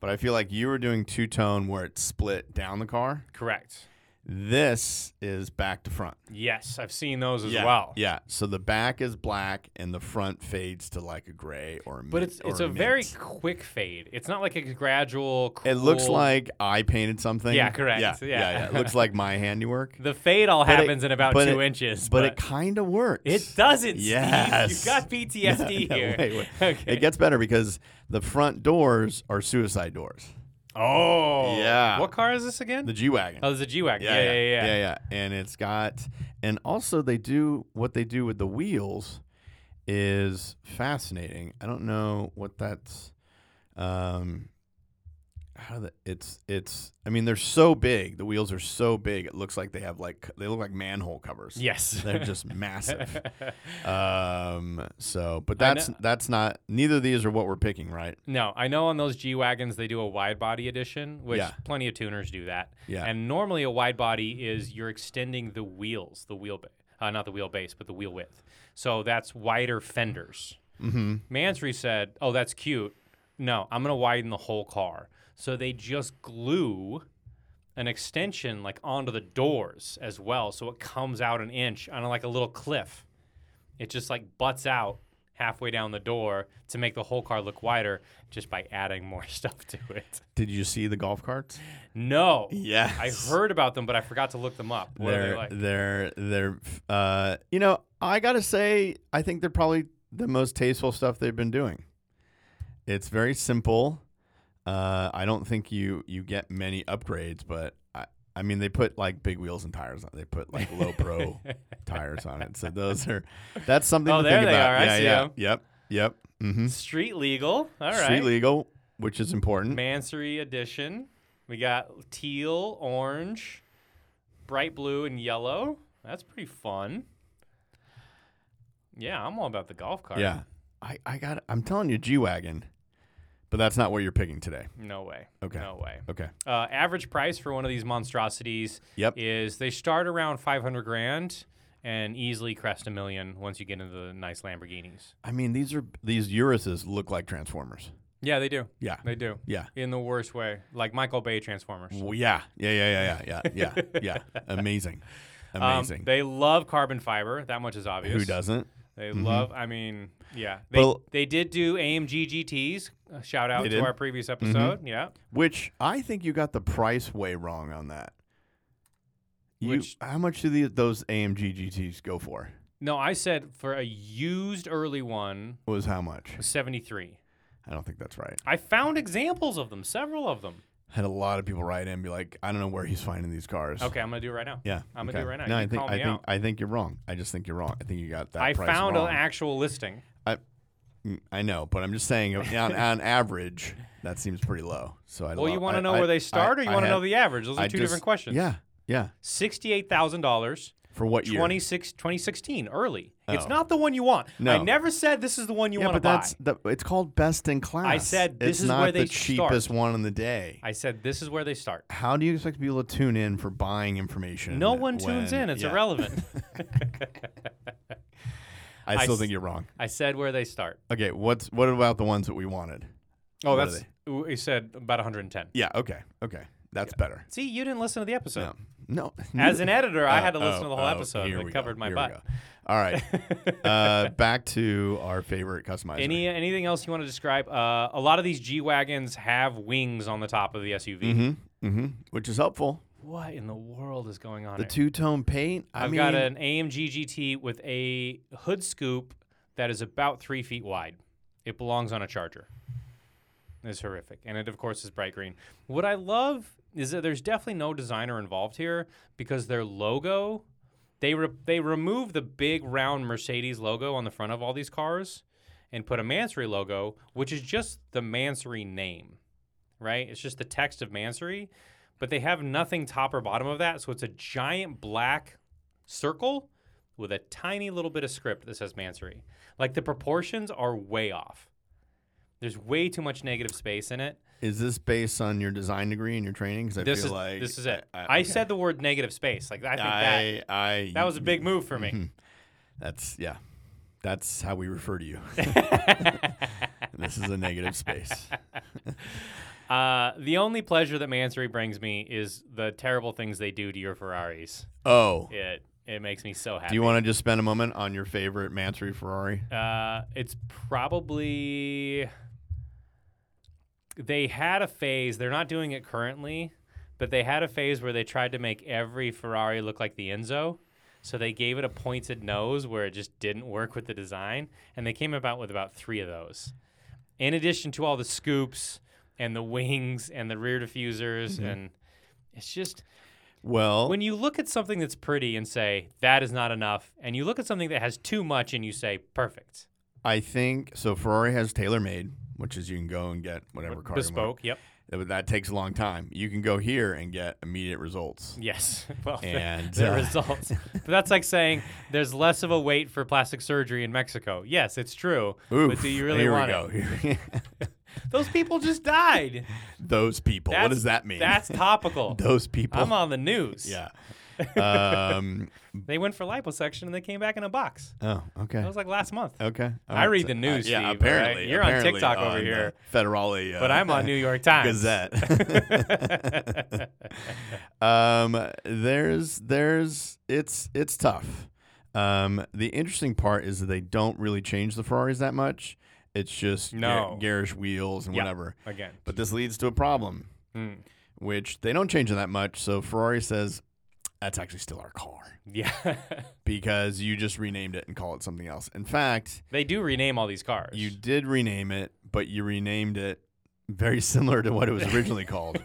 Speaker 1: But I feel like you were doing two tone where it's split down the car.
Speaker 2: Correct.
Speaker 1: This is back to front.
Speaker 2: Yes, I've seen those as
Speaker 1: yeah.
Speaker 2: well.
Speaker 1: Yeah. So the back is black and the front fades to like a gray or a
Speaker 2: But
Speaker 1: mint-
Speaker 2: it's it's
Speaker 1: or
Speaker 2: a very
Speaker 1: mint.
Speaker 2: quick fade. It's not like a gradual. Cool,
Speaker 1: It looks like I painted something.
Speaker 2: Yeah, correct.
Speaker 1: Yeah,
Speaker 2: Yeah.
Speaker 1: yeah, yeah. It looks like my handiwork.
Speaker 2: The fade all
Speaker 1: it-
Speaker 2: happens in about
Speaker 1: but
Speaker 2: two
Speaker 1: it-
Speaker 2: inches,
Speaker 1: but it kind of works.
Speaker 2: it doesn't.
Speaker 1: Yes.
Speaker 2: Steve. you've got PTSD
Speaker 1: Yeah,
Speaker 2: here.
Speaker 1: wait, wait.
Speaker 2: Okay.
Speaker 1: It gets better because the front doors are suicide doors.
Speaker 2: oh,
Speaker 1: Yeah.
Speaker 2: What car is this again?
Speaker 1: The G wagon.
Speaker 2: oh, it's a G wagon. Yeah yeah yeah,
Speaker 1: yeah, And it's got, and also they do what they do with the wheels is fascinating. I don't know what that's, um, how the it's it's. I mean, they're so big. The wheels are so big. It looks like they have like they look like manhole covers.
Speaker 2: Yes.
Speaker 1: they're just massive. Um. So, but
Speaker 2: I
Speaker 1: that's that's not. Neither of these are what we're picking, right?
Speaker 2: no, I know on those G wagons they do a wide body edition, which
Speaker 1: Yeah.
Speaker 2: plenty of tuners do that.
Speaker 1: Yeah.
Speaker 2: And normally a wide body is you're extending the wheels, the wheel, uh, not the wheelbase, but the wheel width. So that's wider fenders.
Speaker 1: Mm-hmm.
Speaker 2: Mansory said, "Oh, that's cute. No, I'm gonna widen the whole car." So they just glue an extension like onto the doors as well, so it comes out an inch on like a little cliff. It just like butts out halfway down the door to make the whole car look wider, just by adding more stuff to it.
Speaker 1: Did you see the golf carts?
Speaker 2: No,
Speaker 1: Yeah.
Speaker 2: I heard about them, but I forgot to look them up. What are they
Speaker 1: they're
Speaker 2: like?
Speaker 1: they're they're uh you know i gotta say i think they're probably the most tasteful stuff they've been doing it's very simple uh i don't think you you get many upgrades but i i mean they put like big wheels and tires on they put like low pro tires on it so those are that's something
Speaker 2: Oh,
Speaker 1: to
Speaker 2: there
Speaker 1: think
Speaker 2: they
Speaker 1: about
Speaker 2: are. I
Speaker 1: yeah
Speaker 2: see
Speaker 1: yeah
Speaker 2: 'em.
Speaker 1: yep yep mm-hmm.
Speaker 2: Street legal. All right.
Speaker 1: street legal which is important
Speaker 2: Mansory edition. We got teal, orange, bright blue, and yellow. That's pretty fun. Yeah, I'm all about the golf cart.
Speaker 1: yeah I, I got. I'm telling you, G wagon, but that's not what you're picking today.
Speaker 2: No way.
Speaker 1: Okay.
Speaker 2: No way.
Speaker 1: Okay.
Speaker 2: Uh, average price for one of these monstrosities
Speaker 1: Yep.
Speaker 2: is they start around 500 grand and easily crest a million once you get into the nice Lamborghinis.
Speaker 1: I mean, these are these Uruses look like Transformers.
Speaker 2: Yeah, they do.
Speaker 1: Yeah.
Speaker 2: They do.
Speaker 1: Yeah.
Speaker 2: In the worst way, like Michael Bay Transformers.
Speaker 1: Well, yeah. Yeah. Yeah. Yeah. Yeah. Yeah. Yeah. yeah. Amazing.
Speaker 2: Um,
Speaker 1: Amazing.
Speaker 2: they love carbon fiber. That much is obvious.
Speaker 1: Who doesn't?
Speaker 2: They love. I mean, yeah. They
Speaker 1: Well-
Speaker 2: they did do AMG GTS. Uh, shout out
Speaker 1: They
Speaker 2: to
Speaker 1: did? Mm-hmm.
Speaker 2: our previous episode. Yeah.
Speaker 1: Which I think you got the price way wrong on that. You,
Speaker 2: Which-
Speaker 1: how much do the, those AMG GTs go for?
Speaker 2: No, I said for a used early one
Speaker 1: Was how much?
Speaker 2: was 73.
Speaker 1: I don't think that's right.
Speaker 2: I found examples of them, several of them.
Speaker 1: Had a lot of people write in and be like, I don't know where he's finding these cars.
Speaker 2: Okay, I'm gonna do it right now.
Speaker 1: Yeah.
Speaker 2: I'm gonna
Speaker 1: okay.
Speaker 2: do it right now.
Speaker 1: No,
Speaker 2: You
Speaker 1: I think
Speaker 2: call
Speaker 1: I
Speaker 2: me
Speaker 1: think
Speaker 2: out.
Speaker 1: I think you're wrong. I just think you're wrong. I think you got that
Speaker 2: I
Speaker 1: price
Speaker 2: found
Speaker 1: wrong.
Speaker 2: an actual listing.
Speaker 1: Mm, I know, but I'm just saying on, on average that seems pretty low. So I
Speaker 2: Well, you want
Speaker 1: I-
Speaker 2: to know
Speaker 1: I-
Speaker 2: where they start,
Speaker 1: I-
Speaker 2: or you
Speaker 1: I
Speaker 2: want to
Speaker 1: had-
Speaker 2: know the average? Those are
Speaker 1: I
Speaker 2: two
Speaker 1: just-
Speaker 2: different questions.
Speaker 1: Yeah. Yeah.
Speaker 2: Sixty-eight thousand dollars.
Speaker 1: For what year?
Speaker 2: 26, 2016, early. It's
Speaker 1: Oh.
Speaker 2: not the one you want. I
Speaker 1: No.
Speaker 2: never said this is the one you
Speaker 1: yeah,
Speaker 2: want to
Speaker 1: but
Speaker 2: buy.
Speaker 1: that's the, it's called best in class.
Speaker 2: said this
Speaker 1: it's
Speaker 2: is
Speaker 1: not
Speaker 2: where they
Speaker 1: the cheapest one in the day.
Speaker 2: I said this is where they start.
Speaker 1: How do you expect people to tune in for buying information?
Speaker 2: No one tunes
Speaker 1: when-
Speaker 2: in. It's
Speaker 1: yeah.
Speaker 2: irrelevant.
Speaker 1: I still
Speaker 2: s-
Speaker 1: think you're wrong.
Speaker 2: I said where they start.
Speaker 1: Okay, what's what about the ones that we wanted?
Speaker 2: Oh,
Speaker 1: What are
Speaker 2: that's we said about 110.
Speaker 1: Yeah, okay, okay, that's better.
Speaker 2: See, you didn't listen to the episode.
Speaker 1: No, no.
Speaker 2: As an editor, I
Speaker 1: Uh,
Speaker 2: had to listen
Speaker 1: oh,
Speaker 2: to the whole
Speaker 1: oh,
Speaker 2: episode.
Speaker 1: here
Speaker 2: and
Speaker 1: we
Speaker 2: It
Speaker 1: go,
Speaker 2: covered my
Speaker 1: here we
Speaker 2: butt.
Speaker 1: go. All right, uh, back to our favorite customizer.
Speaker 2: Any anything else you want to describe? Uh, a lot of these G wagons have wings on the top of the SUV.
Speaker 1: mm-hmm, mm-hmm, which is helpful.
Speaker 2: What in the world is going on?
Speaker 1: The
Speaker 2: here?
Speaker 1: two tone paint. I
Speaker 2: I've
Speaker 1: mean,
Speaker 2: got an AMG GT with a hood scoop that is about three feet wide. It belongs on a charger. It's horrific. And it, of course, is bright green. What I love is that there's definitely no designer involved here because their logo, they, re- they remove the big round Mercedes logo on the front of all these cars and put a Mansory logo, which is just the Mansory name, right? It's just the text of Mansory, but they have nothing top or bottom of that. So it's a giant black circle with a tiny little bit of script that says Mansory. Like the proportions are way off. There's way too much negative space in it.
Speaker 1: is this based on your design degree and your training? Because I
Speaker 2: This
Speaker 1: feel
Speaker 2: is
Speaker 1: like
Speaker 2: this is it. I,
Speaker 1: okay.
Speaker 2: said the word negative space. Like I think that
Speaker 1: I, I
Speaker 2: that was a big move for me.
Speaker 1: That's yeah. That's how we refer to you. this is a negative space.
Speaker 2: Uh, the only pleasure that Mansory brings me is the terrible things they do to your Ferraris.
Speaker 1: Oh,
Speaker 2: It it makes me so happy.
Speaker 1: do you want to just spend a moment on your favorite Mansory Ferrari?
Speaker 2: Uh, it's probably they had a phase. They're not doing it currently, but they had a phase where they tried to make every Ferrari look like the Enzo. So they gave it a pointed nose where it just didn't work with the design, and they came about with about three of those. In addition to all the scoops and the wings and the rear diffusers, and it's just
Speaker 1: Well,
Speaker 2: when you look at something that's pretty and say that is not enough, and you look at something that has too much and you say perfect.
Speaker 1: I think so. Ferrari has TaylorMade, which is you can go and get whatever car you want.
Speaker 2: bespoke. Yep.
Speaker 1: Yeah, but That takes a long time. You can go here and get immediate results.
Speaker 2: Yes. Well, the-
Speaker 1: And,
Speaker 2: the,
Speaker 1: uh,
Speaker 2: results. But that's like saying there's less of a wait for plastic surgery in Mexico. Yes, it's true. but do
Speaker 1: Oof,
Speaker 2: you really
Speaker 1: here
Speaker 2: want
Speaker 1: we go.
Speaker 2: it? Those people just died.
Speaker 1: Those people. what
Speaker 2: That's-
Speaker 1: does that mean?
Speaker 2: That's topical.
Speaker 1: those people.
Speaker 2: I'm on the news.
Speaker 1: yeah. um,
Speaker 2: They went for liposuction and they came back in a box.
Speaker 1: oh, okay.
Speaker 2: That was like last month.
Speaker 1: Okay. All
Speaker 2: I read
Speaker 1: so- uh,
Speaker 2: the news,
Speaker 1: yeah,
Speaker 2: Steve, all right?
Speaker 1: apparently.
Speaker 2: You're on
Speaker 1: apparently
Speaker 2: TikTok over
Speaker 1: on the
Speaker 2: here.
Speaker 1: Federale. Uh,
Speaker 2: But I'm on New York Times.
Speaker 1: Gazette. um, there's, there's, it's, it's tough. Um, the interesting part is that they don't really change the Ferraris that much. It's just gar-
Speaker 2: No.
Speaker 1: garish wheels and
Speaker 2: Yeah.
Speaker 1: whatever.
Speaker 2: Again.
Speaker 1: But this leads to a problem,
Speaker 2: Mm.
Speaker 1: which they don't change it that much. So Ferrari says, that's actually still our car
Speaker 2: Yeah.
Speaker 1: because you just renamed it and call it something else. In fact,
Speaker 2: they do rename all these cars.
Speaker 1: you did rename it, but you renamed it very similar to what it was originally called.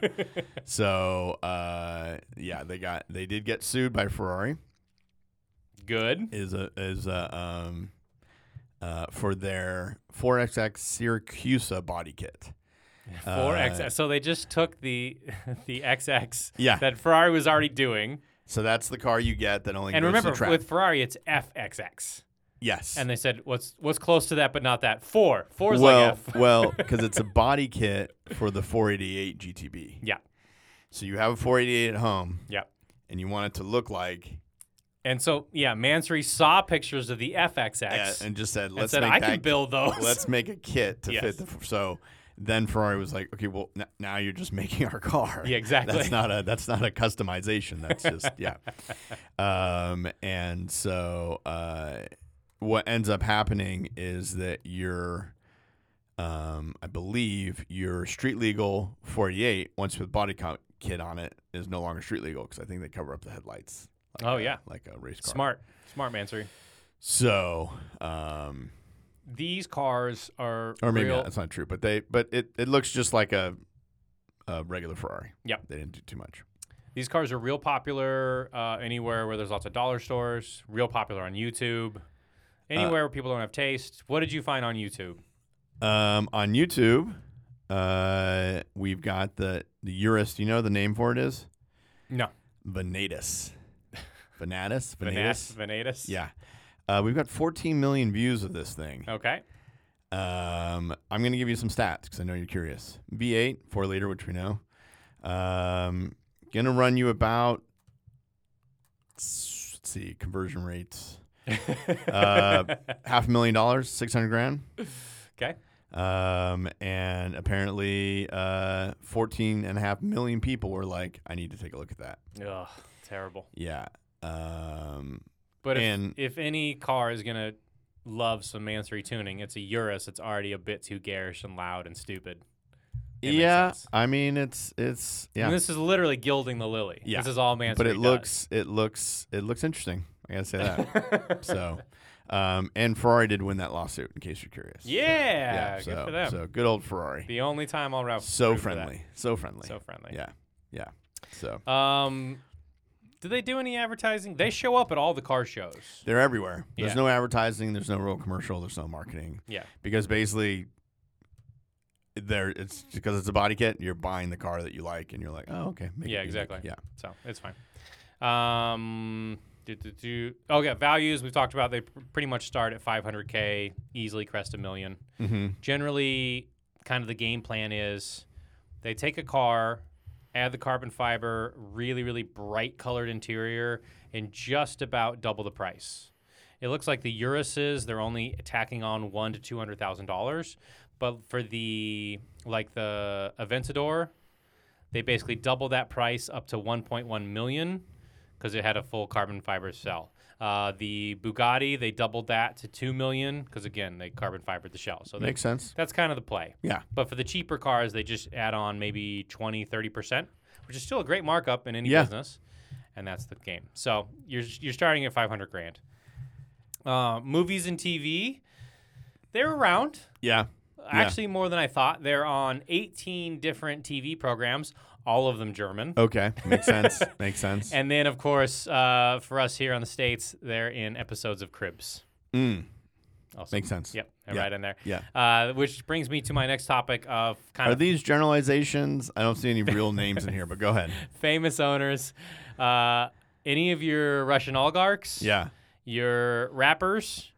Speaker 1: So uh, yeah, they got they did get sued by Ferrari
Speaker 2: Good.
Speaker 1: is a is a um uh, for their 4XX Syracusa body kit.
Speaker 2: Four
Speaker 1: Uh,
Speaker 2: XX. So they just took the the XX
Speaker 1: Yeah.
Speaker 2: that Ferrari was already doing.
Speaker 1: so that's the car you get that only
Speaker 2: And
Speaker 1: goes
Speaker 2: remember,
Speaker 1: to track.
Speaker 2: with Ferrari, it's FXX.
Speaker 1: Yes.
Speaker 2: And they said, "What's what's close to that, but not that? Four. Four is
Speaker 1: well,
Speaker 2: like F.
Speaker 1: well, because it's a body kit for the 488 GTB.
Speaker 2: Yeah.
Speaker 1: So you have a 488 at home,
Speaker 2: Yeah.
Speaker 1: and you want it to look like,
Speaker 2: And so, yeah, Mansory saw pictures of the FXX
Speaker 1: yeah,
Speaker 2: and,
Speaker 1: and just said, let's
Speaker 2: said,
Speaker 1: make
Speaker 2: "I
Speaker 1: that
Speaker 2: can build those."
Speaker 1: let's make a kit to
Speaker 2: Yes.
Speaker 1: fit the. f- So then Ferrari was like, okay, well n- now you're just making our car.
Speaker 2: Yeah, exactly.
Speaker 1: That's not a that's not a customization. That's just yeah. Um, and so uh, what ends up happening is that you're. Um, I believe your street legal 48, once with body co- kit on it, is no longer street legal because I think they cover up the headlights. like
Speaker 2: Oh,
Speaker 1: a-
Speaker 2: yeah.
Speaker 1: like a race car.
Speaker 2: Smart, smart Mansory.
Speaker 1: So, um,
Speaker 2: These cars are
Speaker 1: or maybe
Speaker 2: real.
Speaker 1: not, that's not true. But they, but it, it looks just like a, a regular Ferrari.
Speaker 2: Yep.
Speaker 1: they didn't do too much.
Speaker 2: These cars are real popular uh, anywhere where there's lots of dollar stores. Real popular on YouTube.
Speaker 1: Uh,
Speaker 2: Anywhere where people don't have taste. What did you find on YouTube?
Speaker 1: Um, on YouTube, uh, we've got the the Urus. Do you know what the name for it is
Speaker 2: No,
Speaker 1: Venatus. Venatus. Venatus.
Speaker 2: Venatus. Venatus.
Speaker 1: Yeah. Uh, we've got 14 million views of this thing.
Speaker 2: Okay.
Speaker 1: Um, I'm going to give you some stats because I know you're curious. V8, four liter, which we know. Um, going to run you about, let's see, conversion rates. uh, half a million dollars, 600 grand.
Speaker 2: Okay.
Speaker 1: Um, and apparently, uh, 14 and a half million people were like, I need to take a look at that.
Speaker 2: Ugh, terrible.
Speaker 1: Yeah. Um,
Speaker 2: But if,
Speaker 1: And-
Speaker 2: if any car is gonna love some Mansory tuning, it's a Urus. It's already a bit too garish and loud and stupid. It makes
Speaker 1: yeah.
Speaker 2: sense.
Speaker 1: I mean, it's, it's, yeah.
Speaker 2: And this is literally gilding the lily.
Speaker 1: Yeah.
Speaker 2: This is all Mansory.
Speaker 1: but it
Speaker 2: does.
Speaker 1: looks it looks it looks interesting. I gotta say that. so, um, and Ferrari did win that lawsuit. In case you're curious.
Speaker 2: Yeah.
Speaker 1: so,
Speaker 2: good for them.
Speaker 1: So good old Ferrari.
Speaker 2: the only time I'll route.
Speaker 1: so friendly. So friendly.
Speaker 2: So friendly.
Speaker 1: Yeah. Yeah. So
Speaker 2: Um, do they do any advertising? They show up at all the car shows.
Speaker 1: they're everywhere. There's
Speaker 2: Yeah.
Speaker 1: no advertising. There's no real commercial. There's no marketing
Speaker 2: Yeah.
Speaker 1: because basically. There, it's because it's a body kit. You're buying the car that you like, and you're like, oh, okay, make it
Speaker 2: Yeah,
Speaker 1: unique."
Speaker 2: exactly.
Speaker 1: Yeah,
Speaker 2: So it's fine. Um, do, do, do. Oh, yeah. Values we've talked about. They pr- pretty much start at 500K, easily crest a million.
Speaker 1: mm-hmm.
Speaker 2: Generally, kind of the game plan is they take a car, add the carbon fiber, really, really bright colored interior, and just about double the price. It looks like the Uruses, they're only tacking on one to two hundred thousand dollars, but for the like the Aventador, they basically double that price up to 1.1 million because it had a full carbon fiber cell. Uh, the Bugatti, they doubled that to 2 million because again, they carbon fibered the shell. So they,
Speaker 1: makes sense.
Speaker 2: that's kind of the play.
Speaker 1: Yeah,
Speaker 2: But for the cheaper cars, they just add on maybe 20, 30%, which is still a great markup in any
Speaker 1: Yeah.
Speaker 2: business. And that's the game. So you're, you're starting at 500 grand. Uh, movies and TV, they're around.
Speaker 1: yeah,
Speaker 2: Actually, more than I thought. They're on 18 different TV programs, all of them German.
Speaker 1: okay, makes sense, makes sense.
Speaker 2: And then, of course, uh, for us here on the States, they're in episodes of Cribs.
Speaker 1: Mm,
Speaker 2: Also.
Speaker 1: makes sense.
Speaker 2: Yep,
Speaker 1: Yeah.
Speaker 2: right in there.
Speaker 1: Yeah.
Speaker 2: Uh, which brings me to my next topic of kind
Speaker 1: Are
Speaker 2: of
Speaker 1: these generalizations? I don't see any real names in here, but go ahead.
Speaker 2: famous owners. Uh, any of your Russian oligarchs?
Speaker 1: Yeah.
Speaker 2: Your rappers,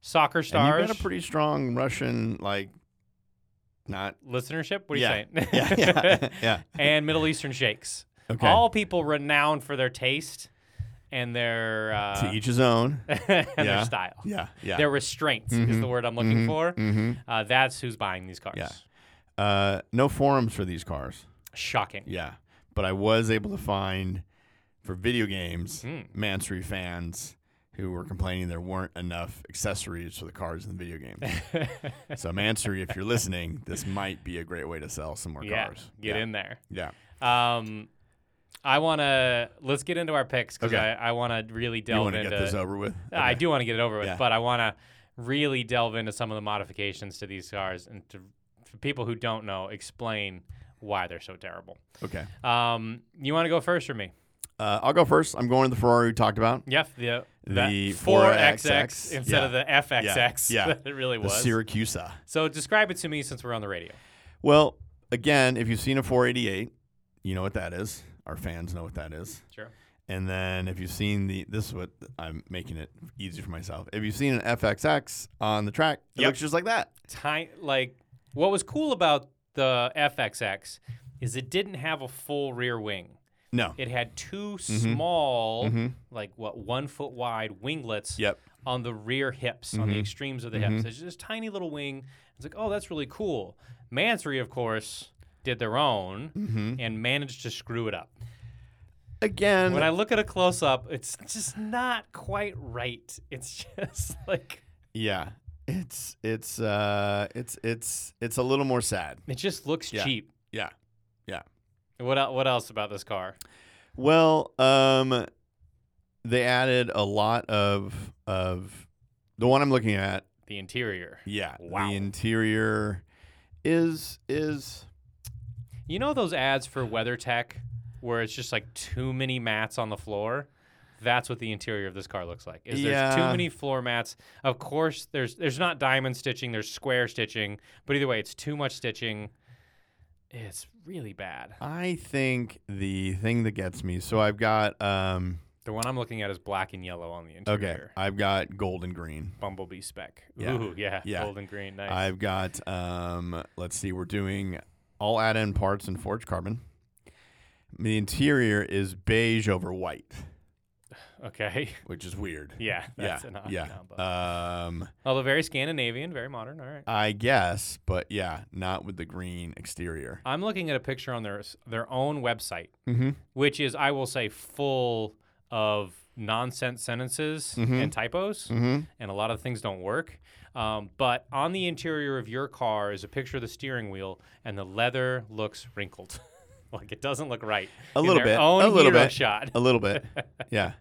Speaker 2: soccer
Speaker 1: And
Speaker 2: stars,
Speaker 1: you've got a pretty strong Russian, like, not.
Speaker 2: listenership? What are
Speaker 1: yeah.
Speaker 2: you saying?
Speaker 1: yeah. Yeah. yeah.
Speaker 2: and Middle Eastern sheikhs.
Speaker 1: Okay.
Speaker 2: All people renowned for their taste and their uh,
Speaker 1: to each his own.
Speaker 2: and
Speaker 1: Yeah.
Speaker 2: their style.
Speaker 1: Yeah. Yeah. Mm-hmm.
Speaker 2: Their restraint is the word I'm looking for. Uh, that's who's buying these cars.
Speaker 1: Yeah. uh, no forums for these cars.
Speaker 2: Shocking.
Speaker 1: Yeah. But I was able to find for video games
Speaker 2: Hmm.
Speaker 1: Mansory fans who were complaining there weren't enough accessories for the cars in the video games. so Mansory, if you're listening, this might be a great way to sell some more
Speaker 2: Yeah,
Speaker 1: cars.
Speaker 2: Get
Speaker 1: yeah.
Speaker 2: in there.
Speaker 1: Yeah.
Speaker 2: Um, I want to let's get into our picks because
Speaker 1: Okay.
Speaker 2: I, I want to really
Speaker 1: You
Speaker 2: delve
Speaker 1: want to
Speaker 2: into.
Speaker 1: get this over with?
Speaker 2: I
Speaker 1: Okay.
Speaker 2: do want to get it over with,
Speaker 1: Yeah.
Speaker 2: but I want to really delve into some of the modifications to these cars and to for people who don't know, explain why they're so terrible.
Speaker 1: Okay.
Speaker 2: Um, you want to go first or me?
Speaker 1: Uh, I'll go first. I'm going to the Ferrari we talked about.
Speaker 2: Yep. The
Speaker 1: The
Speaker 2: 4XX
Speaker 1: 4XX,
Speaker 2: instead
Speaker 1: yeah.
Speaker 2: of the FXX.
Speaker 1: Yeah, yeah.
Speaker 2: it really
Speaker 1: The
Speaker 2: was.
Speaker 1: Syracusa.
Speaker 2: so describe it to me since we're on the radio.
Speaker 1: Well, again, if you've seen a 488, you know what that is. Our fans know what that is.
Speaker 2: Sure.
Speaker 1: And then if you've seen the, this is what I'm making it easy for myself. If you've seen an FXX on the track, it
Speaker 2: Yep.
Speaker 1: looks just like that.
Speaker 2: Ti- like what was cool about the FXX is it didn't have a full rear wing.
Speaker 1: No.
Speaker 2: It had 2
Speaker 1: Mm-hmm.
Speaker 2: small,
Speaker 1: Mhm.
Speaker 2: like what one foot wide winglets
Speaker 1: Yep.
Speaker 2: on the rear hips, on the
Speaker 1: Mhm.
Speaker 2: extremes of the
Speaker 1: Mhm.
Speaker 2: hips. It's just tiny little wing. It's like, oh, that's really cool. Mansory, of course, did their own
Speaker 1: hmm
Speaker 2: and managed to screw it up.
Speaker 1: Again,
Speaker 2: When I look at a close up, it's just not quite right. It's just like
Speaker 1: yeah, it's it's uh it's it's it's a little more sad.
Speaker 2: it just looks
Speaker 1: Yeah.
Speaker 2: cheap.
Speaker 1: Yeah. Yeah.
Speaker 2: What el- what else about this car?
Speaker 1: Well, um, they added a lot of of the one I'm looking at.
Speaker 2: The interior.
Speaker 1: Yeah,
Speaker 2: Wow.
Speaker 1: the interior is is
Speaker 2: You know those ads for WeatherTech where it's just like too many mats on the floor? That's what the interior of this car looks like. Is there's too
Speaker 1: Yeah.
Speaker 2: many floor mats. Of course there's there's not diamond stitching, there's square stitching, but either way it's too much stitching. It's really bad.
Speaker 1: I think the thing that gets me. So I've got um
Speaker 2: The one I'm looking at is black and yellow on the interior.
Speaker 1: okay, I've got gold and green.
Speaker 2: Bumblebee spec.
Speaker 1: Yeah.
Speaker 2: Ooh, yeah.
Speaker 1: Yeah.
Speaker 2: Gold and green. Nice.
Speaker 1: I've got um let's see, we're doing all add-in parts and forged carbon. The interior is beige over white,
Speaker 2: okay.
Speaker 1: which is weird.
Speaker 2: yeah. That's
Speaker 1: yeah.
Speaker 2: an odd combo.
Speaker 1: yeah. Um
Speaker 2: Although very Scandinavian, very modern. All right.
Speaker 1: I guess, but yeah, not with the green exterior.
Speaker 2: I'm looking at a picture on their s- their own website,
Speaker 1: Mm-hmm.
Speaker 2: which is I will say full of nonsense sentences
Speaker 1: Mhm.
Speaker 2: and typos,
Speaker 1: Mm-hmm.
Speaker 2: and a lot of things don't work. Um, but on the interior of your car is a picture of the steering wheel, and the leather looks wrinkled. like it doesn't look right.
Speaker 1: A
Speaker 2: in
Speaker 1: little
Speaker 2: their
Speaker 1: bit, a
Speaker 2: Own
Speaker 1: little
Speaker 2: hero
Speaker 1: bit.
Speaker 2: shot,
Speaker 1: A little bit, yeah.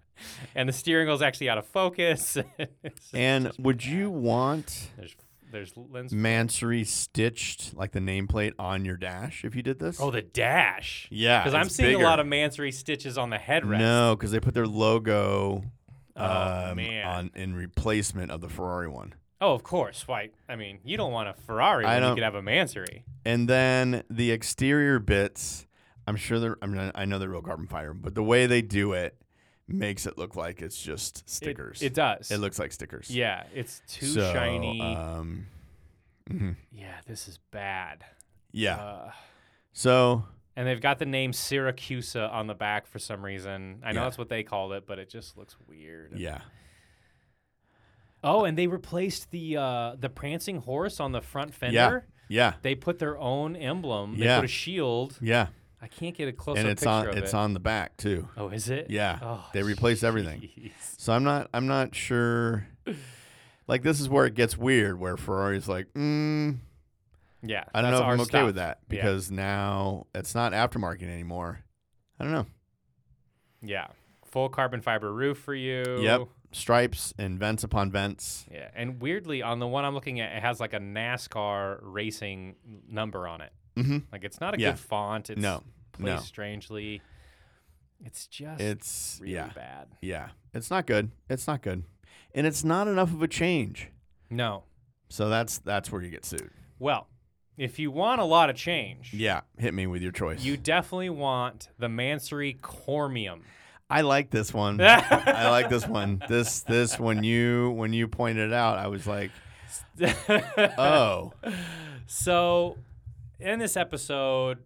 Speaker 2: and the steering wheel's actually out of focus. It's just-
Speaker 1: And would you want
Speaker 2: there's there's lens.
Speaker 1: Mansory stitched like the nameplate on your dash if you did this?
Speaker 2: Oh, the dash.
Speaker 1: yeah,
Speaker 2: Because I'm
Speaker 1: it's
Speaker 2: seeing a lot
Speaker 1: bigger.
Speaker 2: of Mansory stitches on the headrest.
Speaker 1: No, because they put their logo
Speaker 2: Oh,
Speaker 1: um,
Speaker 2: man.
Speaker 1: on in replacement of the Ferrari one.
Speaker 2: Oh, of course. Why? I mean, you don't want a Ferrari
Speaker 1: I
Speaker 2: when you
Speaker 1: don't-
Speaker 2: could have a Mansory.
Speaker 1: And then the exterior bits, I'm sure they're. I mean, I know they're real carbon fiber, but the way they do it makes it look like it's just
Speaker 2: It-
Speaker 1: stickers.
Speaker 2: It, does.
Speaker 1: It looks like stickers.
Speaker 2: Yeah, it's too
Speaker 1: So,
Speaker 2: shiny.
Speaker 1: Um, mhm.
Speaker 2: yeah, this is bad.
Speaker 1: Yeah.
Speaker 2: Uh,
Speaker 1: so
Speaker 2: and they've got the name Syracusa on the back for some reason. I know
Speaker 1: Yeah.
Speaker 2: that's what they called it, but it just looks weird.
Speaker 1: yeah,
Speaker 2: Oh, and they replaced the uh, the prancing horse on the front fender.
Speaker 1: yeah,
Speaker 2: They put their own emblem. They
Speaker 1: Yeah.
Speaker 2: put a shield.
Speaker 1: yeah,
Speaker 2: I can't get a close up
Speaker 1: and it's
Speaker 2: picture
Speaker 1: on
Speaker 2: of
Speaker 1: it's
Speaker 2: it.
Speaker 1: on the back too.
Speaker 2: oh, is it?
Speaker 1: Yeah,
Speaker 2: Oh,
Speaker 1: they replaced everything.
Speaker 2: jeez.
Speaker 1: So I'm not I'm not sure. Like this is where it gets weird, where Ferrari's like, mm,
Speaker 2: Yeah.
Speaker 1: I don't
Speaker 2: that's
Speaker 1: know if
Speaker 2: our
Speaker 1: I'm okay
Speaker 2: stuff.
Speaker 1: with that
Speaker 2: Yeah.
Speaker 1: because now it's not aftermarket anymore. I don't know.
Speaker 2: Yeah. Full carbon fiber roof for you.
Speaker 1: Yep, stripes and vents upon vents.
Speaker 2: Yeah. And weirdly, on the one I'm looking at, it has like a NASCAR racing n- number on it.
Speaker 1: hmm
Speaker 2: Like it's not a
Speaker 1: Yeah.
Speaker 2: good font. It's
Speaker 1: No,
Speaker 2: placed
Speaker 1: no.
Speaker 2: strangely. It's just
Speaker 1: It's
Speaker 2: really
Speaker 1: yeah,
Speaker 2: bad.
Speaker 1: yeah. It's not good. It's not good, and it's not enough of a change.
Speaker 2: No.
Speaker 1: So that's that's where you get sued.
Speaker 2: Well, if you want a lot of change,
Speaker 1: Yeah, hit me with your choice.
Speaker 2: you definitely want the Mansory Cormium.
Speaker 1: I like this one. I like this one. This this when you when you pointed it out, I was like, oh,
Speaker 2: So, in this episode,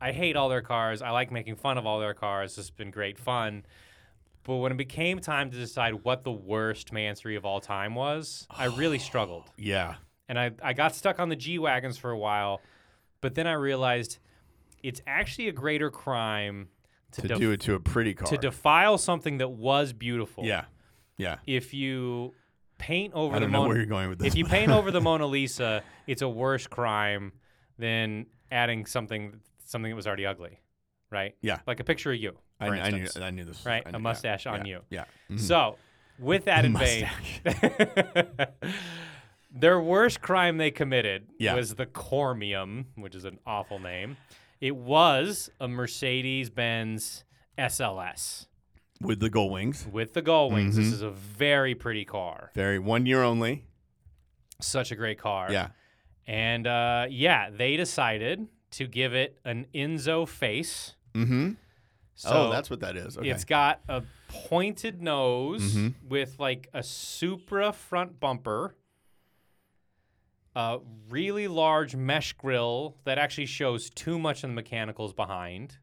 Speaker 2: I hate all their cars. I like making fun of all their cars. It's been great fun. But when it became time to decide what the worst Mansory of all time was, I really struggled.
Speaker 1: yeah,
Speaker 2: And I, I got stuck on the G Wagons for a while. But then I realized it's actually a greater crime to,
Speaker 1: to
Speaker 2: def-
Speaker 1: do it to a pretty car.
Speaker 2: to defile something that was beautiful.
Speaker 1: yeah, yeah.
Speaker 2: If you paint over
Speaker 1: I
Speaker 2: the
Speaker 1: don't know
Speaker 2: Mona-
Speaker 1: where you're going with this.
Speaker 2: if you
Speaker 1: one.
Speaker 2: paint over the Mona Lisa, it's a worse crime than adding something something that was already ugly, right?
Speaker 1: Yeah.
Speaker 2: like a picture of you,
Speaker 1: I,
Speaker 2: for
Speaker 1: kn- I knew
Speaker 2: instance,
Speaker 1: I knew this. was-
Speaker 2: right?
Speaker 1: I
Speaker 2: a
Speaker 1: knew-
Speaker 2: mustache
Speaker 1: yeah, yeah,
Speaker 2: on you.
Speaker 1: Yeah. mhm.
Speaker 2: So, with that in vein,
Speaker 1: mustache.
Speaker 2: their worst crime they committed
Speaker 1: Yeah.
Speaker 2: was the Cormium, which is an awful name. It was a Mercedes Benz SLS
Speaker 1: with the gold wings.
Speaker 2: with the gull wings.
Speaker 1: Mhm.
Speaker 2: This is a very pretty car.
Speaker 1: Very one year only.
Speaker 2: Such a great car.
Speaker 1: Yeah.
Speaker 2: And uh, yeah, they decided to give it an Enzo face.
Speaker 1: Mm-hmm.
Speaker 2: So
Speaker 1: oh, that's what that is. Okay.
Speaker 2: It's got a pointed nose
Speaker 1: Mhm.
Speaker 2: with like a Supra front bumper, a really large mesh grill that actually shows too much of the mechanicals behind.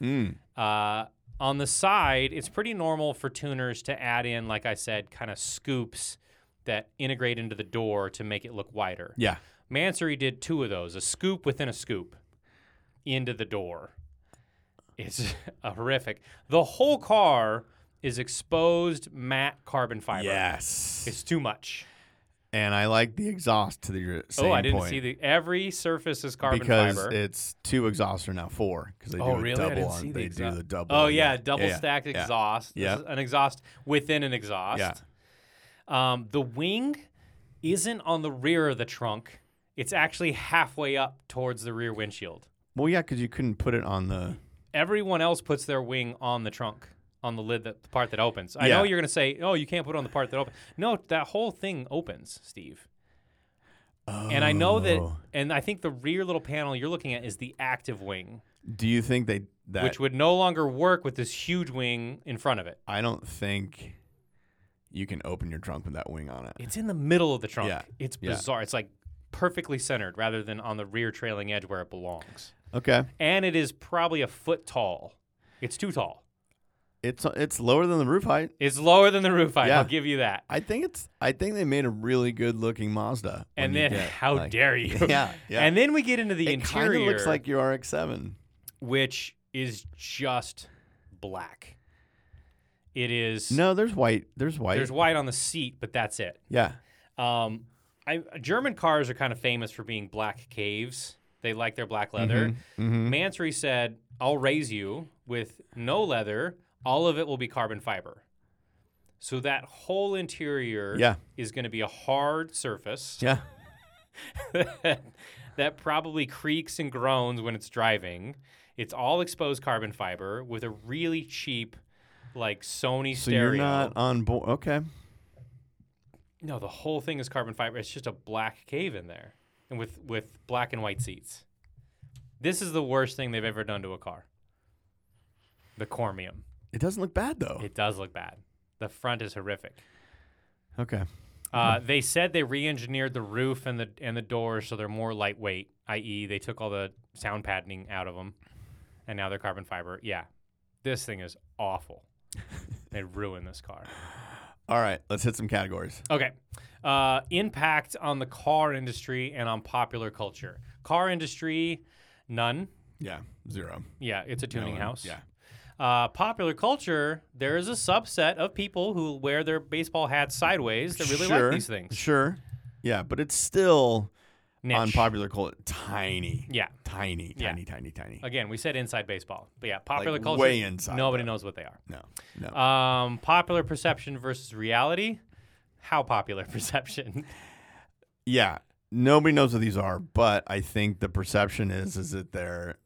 Speaker 1: Mm.
Speaker 2: Uh, on the side, it's pretty normal for tuners to add in, like I said, kind of scoops that integrate into the door to make it look wider.
Speaker 1: Yeah.
Speaker 2: Mansory did two of those, a scoop within a scoop into the door. It's horrific. The whole car is exposed matte carbon fiber.
Speaker 1: Yes.
Speaker 2: It's too much.
Speaker 1: and I like the exhaust to the same
Speaker 2: oh, I didn't
Speaker 1: point
Speaker 2: see the every surface is carbon
Speaker 1: because
Speaker 2: fiber.
Speaker 1: it's two exhausts are now four because they
Speaker 2: Oh,
Speaker 1: do a
Speaker 2: really? I
Speaker 1: double.
Speaker 2: didn't
Speaker 1: on-
Speaker 2: see the
Speaker 1: they do
Speaker 2: exhaust.
Speaker 1: the double.
Speaker 2: oh
Speaker 1: on
Speaker 2: yeah,
Speaker 1: that.
Speaker 2: double stacked
Speaker 1: yeah.
Speaker 2: exhaust. This
Speaker 1: Yeah.
Speaker 2: is an exhaust within an exhaust.
Speaker 1: Yeah.
Speaker 2: Um, the wing isn't on the rear of the trunk. It's actually halfway up towards the rear windshield.
Speaker 1: Well, yeah, because you couldn't put it on the.
Speaker 2: everyone else puts their wing on the trunk on the lid that the part that opens. I
Speaker 1: Yeah.
Speaker 2: know you're gonna say, "Oh, you can't put it on the part that opens." No, that whole thing opens, Steve. And I know that,
Speaker 1: Oh.
Speaker 2: and I think the rear little panel you're looking at is the active wing,
Speaker 1: Do you think they that?
Speaker 2: which would no longer work with this huge wing in front of it.
Speaker 1: I don't think you can open your trunk with that wing on it.
Speaker 2: It's in the middle of the trunk.
Speaker 1: Yeah.
Speaker 2: It's
Speaker 1: Yeah.
Speaker 2: bizarre. It's like perfectly centered rather than on the rear trailing edge where it belongs.
Speaker 1: Okay,
Speaker 2: And it is probably a foot tall. It's too tall.
Speaker 1: it's it's lower than the roof height.
Speaker 2: It's lower than the roof height.
Speaker 1: Yeah.
Speaker 2: I'll give you that.
Speaker 1: I think it's. I think they made a really good looking Mazda. when
Speaker 2: And
Speaker 1: you
Speaker 2: then,
Speaker 1: get,
Speaker 2: how
Speaker 1: like-
Speaker 2: dare you?
Speaker 1: Yeah, yeah.
Speaker 2: And then we get into the
Speaker 1: it kind of
Speaker 2: interior,
Speaker 1: looks like your RX-7.
Speaker 2: which is just black. It is.
Speaker 1: No, there's white. There's white.
Speaker 2: There's white on the seat, but that's it.
Speaker 1: yeah.
Speaker 2: Um, I, German cars are kind of famous for being black caves. They like their black leather.
Speaker 1: Mm-hmm.
Speaker 2: Mansory said, I'll raise you with no leather. All of it will be carbon fiber. So that whole interior
Speaker 1: Yeah.
Speaker 2: is going to be a hard surface.
Speaker 1: Yeah.
Speaker 2: that probably creaks and groans when it's driving. It's all exposed carbon fiber with a really cheap, like Sony
Speaker 1: So
Speaker 2: stereo.
Speaker 1: you're not uh, on board. Okay.
Speaker 2: No, the whole thing is carbon fiber. It's just a black cave in there, and with with black and white seats. This is the worst thing they've ever done to a car. The cormium.
Speaker 1: It doesn't look bad though.
Speaker 2: It does look bad. The front is horrific.
Speaker 1: okay.
Speaker 2: Uh, they said they re-engineered the roof and the and the doors so they're more lightweight, i.e., they took all the sound patterning out of them, and now they're carbon fiber. Yeah, this thing is awful. they ruined this car.
Speaker 1: All right. Let's hit some categories.
Speaker 2: Okay, uh, impact on the car industry and on popular culture. Car industry, none.
Speaker 1: Yeah. Zero.
Speaker 2: Yeah, it's a tuning
Speaker 1: one.
Speaker 2: house.
Speaker 1: Yeah.
Speaker 2: Uh, popular culture. There is a subset of people who wear their baseball hats sideways that really
Speaker 1: sure.
Speaker 2: like these things.
Speaker 1: Sure. Yeah, but it's still
Speaker 2: Niche.
Speaker 1: on popular culture. Tiny.
Speaker 2: Yeah.
Speaker 1: Tiny.
Speaker 2: Yeah.
Speaker 1: Tiny. Tiny. Tiny.
Speaker 2: Again, we said inside baseball, but yeah, popular
Speaker 1: Like,
Speaker 2: culture.
Speaker 1: way inside,
Speaker 2: Nobody knows what they are.
Speaker 1: No. No.
Speaker 2: Um, popular perception versus reality. How popular perception?
Speaker 1: yeah. Nobody knows what these are, but I think the perception is is that they're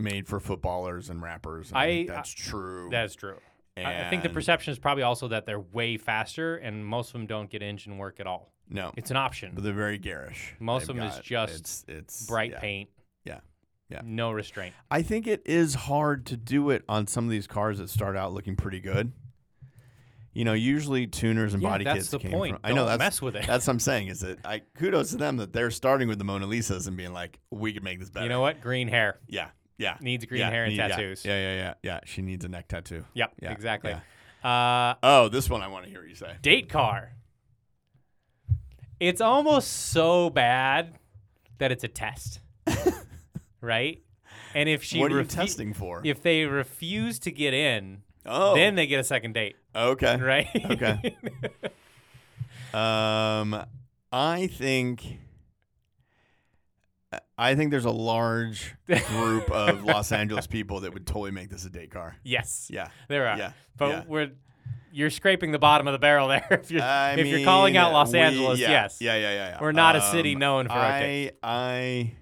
Speaker 1: made for footballers and rappers. And I, think
Speaker 2: I-
Speaker 1: that's true.
Speaker 2: that is true. I, I think the
Speaker 1: And-
Speaker 2: perception is probably also that they're way faster, and most of them don't get engine work at all.
Speaker 1: no.
Speaker 2: It's an option.
Speaker 1: But they're very garish.
Speaker 2: Most
Speaker 1: They've
Speaker 2: of 'em is
Speaker 1: got-
Speaker 2: just
Speaker 1: it's, it's
Speaker 2: Bright
Speaker 1: yeah.
Speaker 2: paint.
Speaker 1: Yeah. Yeah.
Speaker 2: No restraint.
Speaker 1: I think it is hard to do it on some of these cars that start out looking pretty good. You know, usually tuners and
Speaker 2: Yeah,
Speaker 1: body
Speaker 2: that's
Speaker 1: kits
Speaker 2: the
Speaker 1: came
Speaker 2: point.
Speaker 1: from. I know
Speaker 2: Don't
Speaker 1: that's
Speaker 2: mess with it.
Speaker 1: That's what I'm saying. Is that I kudos to them that they're starting with the Mona Lisas and being like, we could make this better.
Speaker 2: You know what? Green hair
Speaker 1: Yeah, yeah.
Speaker 2: needs green
Speaker 1: yeah,
Speaker 2: hair and
Speaker 1: yeah,
Speaker 2: tattoos.
Speaker 1: Yeah, yeah, yeah, yeah. She needs a neck tattoo.
Speaker 2: Yep.
Speaker 1: Yeah,
Speaker 2: Exactly.
Speaker 1: yeah.
Speaker 2: Uh,
Speaker 1: Oh, this one I want to hear you say.
Speaker 2: date car. It's almost so bad that it's a test, right? And if she
Speaker 1: what are you
Speaker 2: refu-
Speaker 1: testing for?
Speaker 2: if they refuse to get in,
Speaker 1: oh,
Speaker 2: then they get a second date,
Speaker 1: okay.
Speaker 2: right?
Speaker 1: Okay. Um, I think. I think there's a large group of Los Angeles people that would totally make this a date car.
Speaker 2: yes.
Speaker 1: Yeah.
Speaker 2: There are.
Speaker 1: Yeah,
Speaker 2: But
Speaker 1: yeah.
Speaker 2: we're you're scraping the bottom of the barrel there if you're
Speaker 1: I
Speaker 2: if you're calling out
Speaker 1: mean,
Speaker 2: Los
Speaker 1: we-
Speaker 2: Angeles.
Speaker 1: yeah,
Speaker 2: yes.
Speaker 1: Yeah, yeah, yeah, yeah.
Speaker 2: We're not a city known for our
Speaker 1: I, I,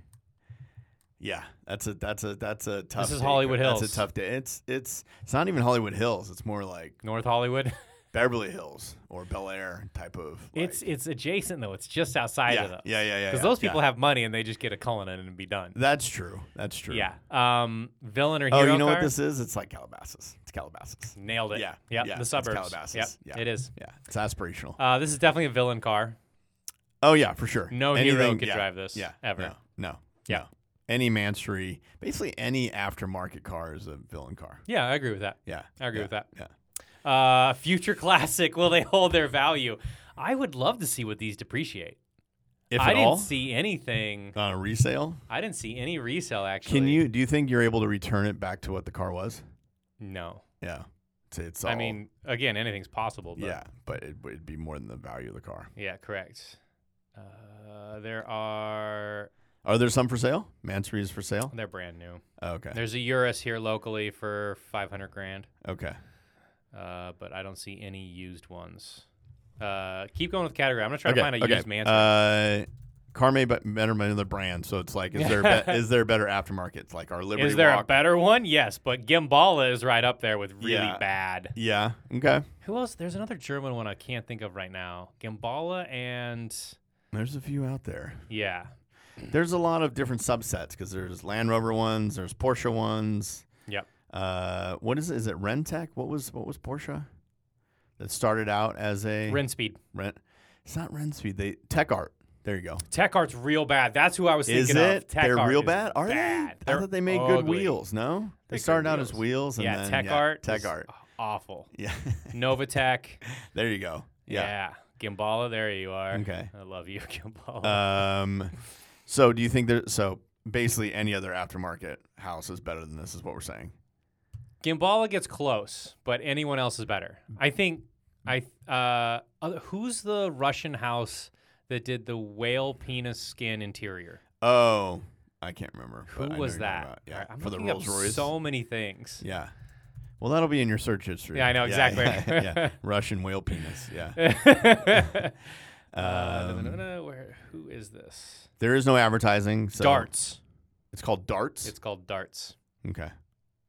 Speaker 1: yeah, that's a that's a that's a tough.
Speaker 2: is
Speaker 1: date
Speaker 2: Hollywood
Speaker 1: car.
Speaker 2: Hills.
Speaker 1: That's a tough day. It's it's it's not even Hollywood Hills. It's more like
Speaker 2: North Hollywood.
Speaker 1: Beverly Hills or Bel Air type of. like-
Speaker 2: it's it's adjacent though. It's just outside
Speaker 1: yeah,
Speaker 2: of those.
Speaker 1: yeah, yeah, yeah.
Speaker 2: Because
Speaker 1: yeah,
Speaker 2: those
Speaker 1: yeah.
Speaker 2: people have money and they just get a Cullinan and be done.
Speaker 1: That's true. That's true.
Speaker 2: Yeah. Um, villain or
Speaker 1: Oh,
Speaker 2: hero. Hmm.
Speaker 1: you know what
Speaker 2: car?
Speaker 1: this is? It's like Calabasas. It's Calabasas.
Speaker 2: Nailed it.
Speaker 1: Yeah,
Speaker 2: Yep,
Speaker 1: yeah,
Speaker 2: The
Speaker 1: it's
Speaker 2: suburbs.
Speaker 1: Calabasas,
Speaker 2: Yep.
Speaker 1: yeah.
Speaker 2: It is.
Speaker 1: Yeah, it's aspirational.
Speaker 2: Uh, this is definitely a villain car.
Speaker 1: oh yeah, for sure.
Speaker 2: no hero could
Speaker 1: yeah,
Speaker 2: drive this,
Speaker 1: Yeah,
Speaker 2: ever.
Speaker 1: No, no,
Speaker 2: Yeah.
Speaker 1: no. Any Mansory, basically any aftermarket car is a villain car.
Speaker 2: Yeah, I agree with that.
Speaker 1: Yeah,
Speaker 2: I agree
Speaker 1: yeah,
Speaker 2: with that.
Speaker 1: Yeah.
Speaker 2: Uh, future classic. Will they hold their value? I would love to see what these depreciate.
Speaker 1: If
Speaker 2: I
Speaker 1: at
Speaker 2: didn't
Speaker 1: all
Speaker 2: see anything.
Speaker 1: on a resale,
Speaker 2: I didn't see any resale actually.
Speaker 1: can you? Do you think you're able to return it back to what the car was?
Speaker 2: No.
Speaker 1: Yeah. It's, it's
Speaker 2: I
Speaker 1: all-
Speaker 2: mean, again, anything's possible. But
Speaker 1: yeah, but it would be more than the value of the car.
Speaker 2: Yeah. Correct. Uh, there are.
Speaker 1: Are there some for sale? Mansory is for sale.
Speaker 2: They're brand new.
Speaker 1: Okay.
Speaker 2: There's a Urus here locally for 500 grand,
Speaker 1: okay.
Speaker 2: uh, but I don't see any used ones. Uh, keep going with category. I'm gonna try
Speaker 1: okay.
Speaker 2: to find a
Speaker 1: okay.
Speaker 2: used Mansory.
Speaker 1: Uh, car made but better by another brand. So it's like, is there be- is there a better aftermarket? It's like our Liberty
Speaker 2: Is there
Speaker 1: Walk-
Speaker 2: a better one? Yes, but Gimbala is right up there with really
Speaker 1: Yeah.
Speaker 2: bad.
Speaker 1: yeah. Okay.
Speaker 2: Who else? There's another German one I can't think of right now. Gimbala and
Speaker 1: There's a few out there.
Speaker 2: yeah,
Speaker 1: There's a lot of different subsets because there's Land Rover ones, there's Porsche ones.
Speaker 2: Yep.
Speaker 1: Uh, what is it? Is it Rentec? What was what was Porsche? That started out as a
Speaker 2: Ren Speed.
Speaker 1: Rent. It's not Ren Speed. They Tech Art. There you go.
Speaker 2: Tech Art's real bad. That's who I was thinking
Speaker 1: Is
Speaker 2: of.
Speaker 1: it?
Speaker 2: Tech
Speaker 1: They're
Speaker 2: Art
Speaker 1: real
Speaker 2: is
Speaker 1: bad. Are
Speaker 2: bad.
Speaker 1: they? I
Speaker 2: They're
Speaker 1: thought they made good
Speaker 2: ugly.
Speaker 1: wheels. No, they
Speaker 2: They're
Speaker 1: started
Speaker 2: good
Speaker 1: out as wheels.
Speaker 2: wheels.
Speaker 1: And
Speaker 2: yeah,
Speaker 1: then,
Speaker 2: Tech
Speaker 1: yeah,
Speaker 2: Art.
Speaker 1: Tech
Speaker 2: is
Speaker 1: Art.
Speaker 2: Awful.
Speaker 1: Yeah.
Speaker 2: Novatech.
Speaker 1: there you go. Yeah.
Speaker 2: yeah. Gimbala. There you are.
Speaker 1: Okay.
Speaker 2: I love you, Gimbala.
Speaker 1: Um. So do you think there? So basically, any other aftermarket house is better than this. Is what we're saying.
Speaker 2: Gimbala gets close, but anyone else is better. I think. I uh, other- who's the Russian house that did the whale penis skin interior?
Speaker 1: Oh, I can't remember. but
Speaker 2: Who
Speaker 1: I know
Speaker 2: was
Speaker 1: you're talking
Speaker 2: that?
Speaker 1: about- Yeah,
Speaker 2: I'm
Speaker 1: for the
Speaker 2: looking up
Speaker 1: Rolls Royce.
Speaker 2: So many things.
Speaker 1: yeah. Well, that'll be in your search history.
Speaker 2: Yeah, I know, exactly.
Speaker 1: Yeah, yeah. Russian whale penis. Yeah.
Speaker 2: Uh,
Speaker 1: Um,
Speaker 2: no, no, no, no, where? Who is this?
Speaker 1: there is no advertising. So
Speaker 2: darts.
Speaker 1: It's called darts.
Speaker 2: It's called darts.
Speaker 1: okay.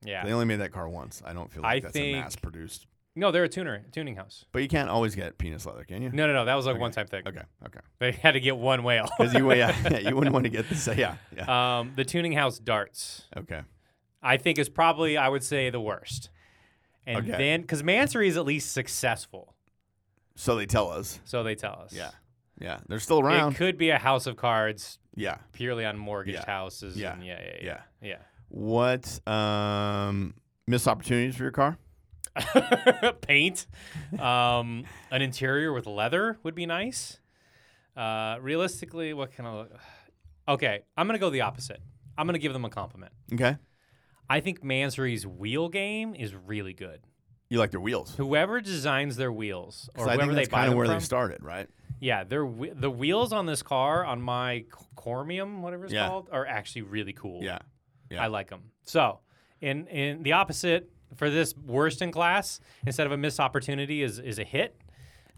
Speaker 1: They
Speaker 2: Yeah.
Speaker 1: only made that car once. I don't feel like
Speaker 2: I
Speaker 1: that's
Speaker 2: think-
Speaker 1: a mass produced.
Speaker 2: No, they're a tuner, a tuning house.
Speaker 1: But you can't always get penis leather, can you?
Speaker 2: No, no, no. That was like
Speaker 1: Okay.
Speaker 2: one time thing.
Speaker 1: Okay. Okay.
Speaker 2: They had to get one whale.
Speaker 1: Because you, yeah, yeah, you wouldn't want to get this. Yeah. Yeah.
Speaker 2: um, the tuning house darts.
Speaker 1: Okay.
Speaker 2: I think is probably I would say the worst. And
Speaker 1: Okay.
Speaker 2: then because Mansory is at least successful,
Speaker 1: So they tell us.
Speaker 2: so they tell us.
Speaker 1: Yeah. Yeah. They're still
Speaker 2: It
Speaker 1: around.
Speaker 2: could be a house of cards
Speaker 1: yeah.
Speaker 2: purely on mortgaged
Speaker 1: Yeah.
Speaker 2: houses.
Speaker 1: Yeah.
Speaker 2: And yeah, yeah, yeah,
Speaker 1: Yeah.
Speaker 2: yeah.
Speaker 1: What um missed opportunities for your car?
Speaker 2: Paint, um, an interior with leather would be nice. Uh, realistically, what kind of? Okay, I'm gonna go the opposite. I'm gonna give them a compliment.
Speaker 1: Okay.
Speaker 2: I think Mansory's wheel game is really good.
Speaker 1: You like their wheels.
Speaker 2: Whoever designs their wheels or
Speaker 1: 'Cause I
Speaker 2: whoever
Speaker 1: think that's
Speaker 2: they buy
Speaker 1: kind of
Speaker 2: them
Speaker 1: where
Speaker 2: from,
Speaker 1: they started, right?
Speaker 2: Yeah, they're whe- the wheels on this car on my C- Cormium, whatever it's
Speaker 1: Yeah.
Speaker 2: called, are actually really cool.
Speaker 1: Yeah. yeah.
Speaker 2: I like them. So, in in the opposite for this worst in class, instead of a missed opportunity is is a hit,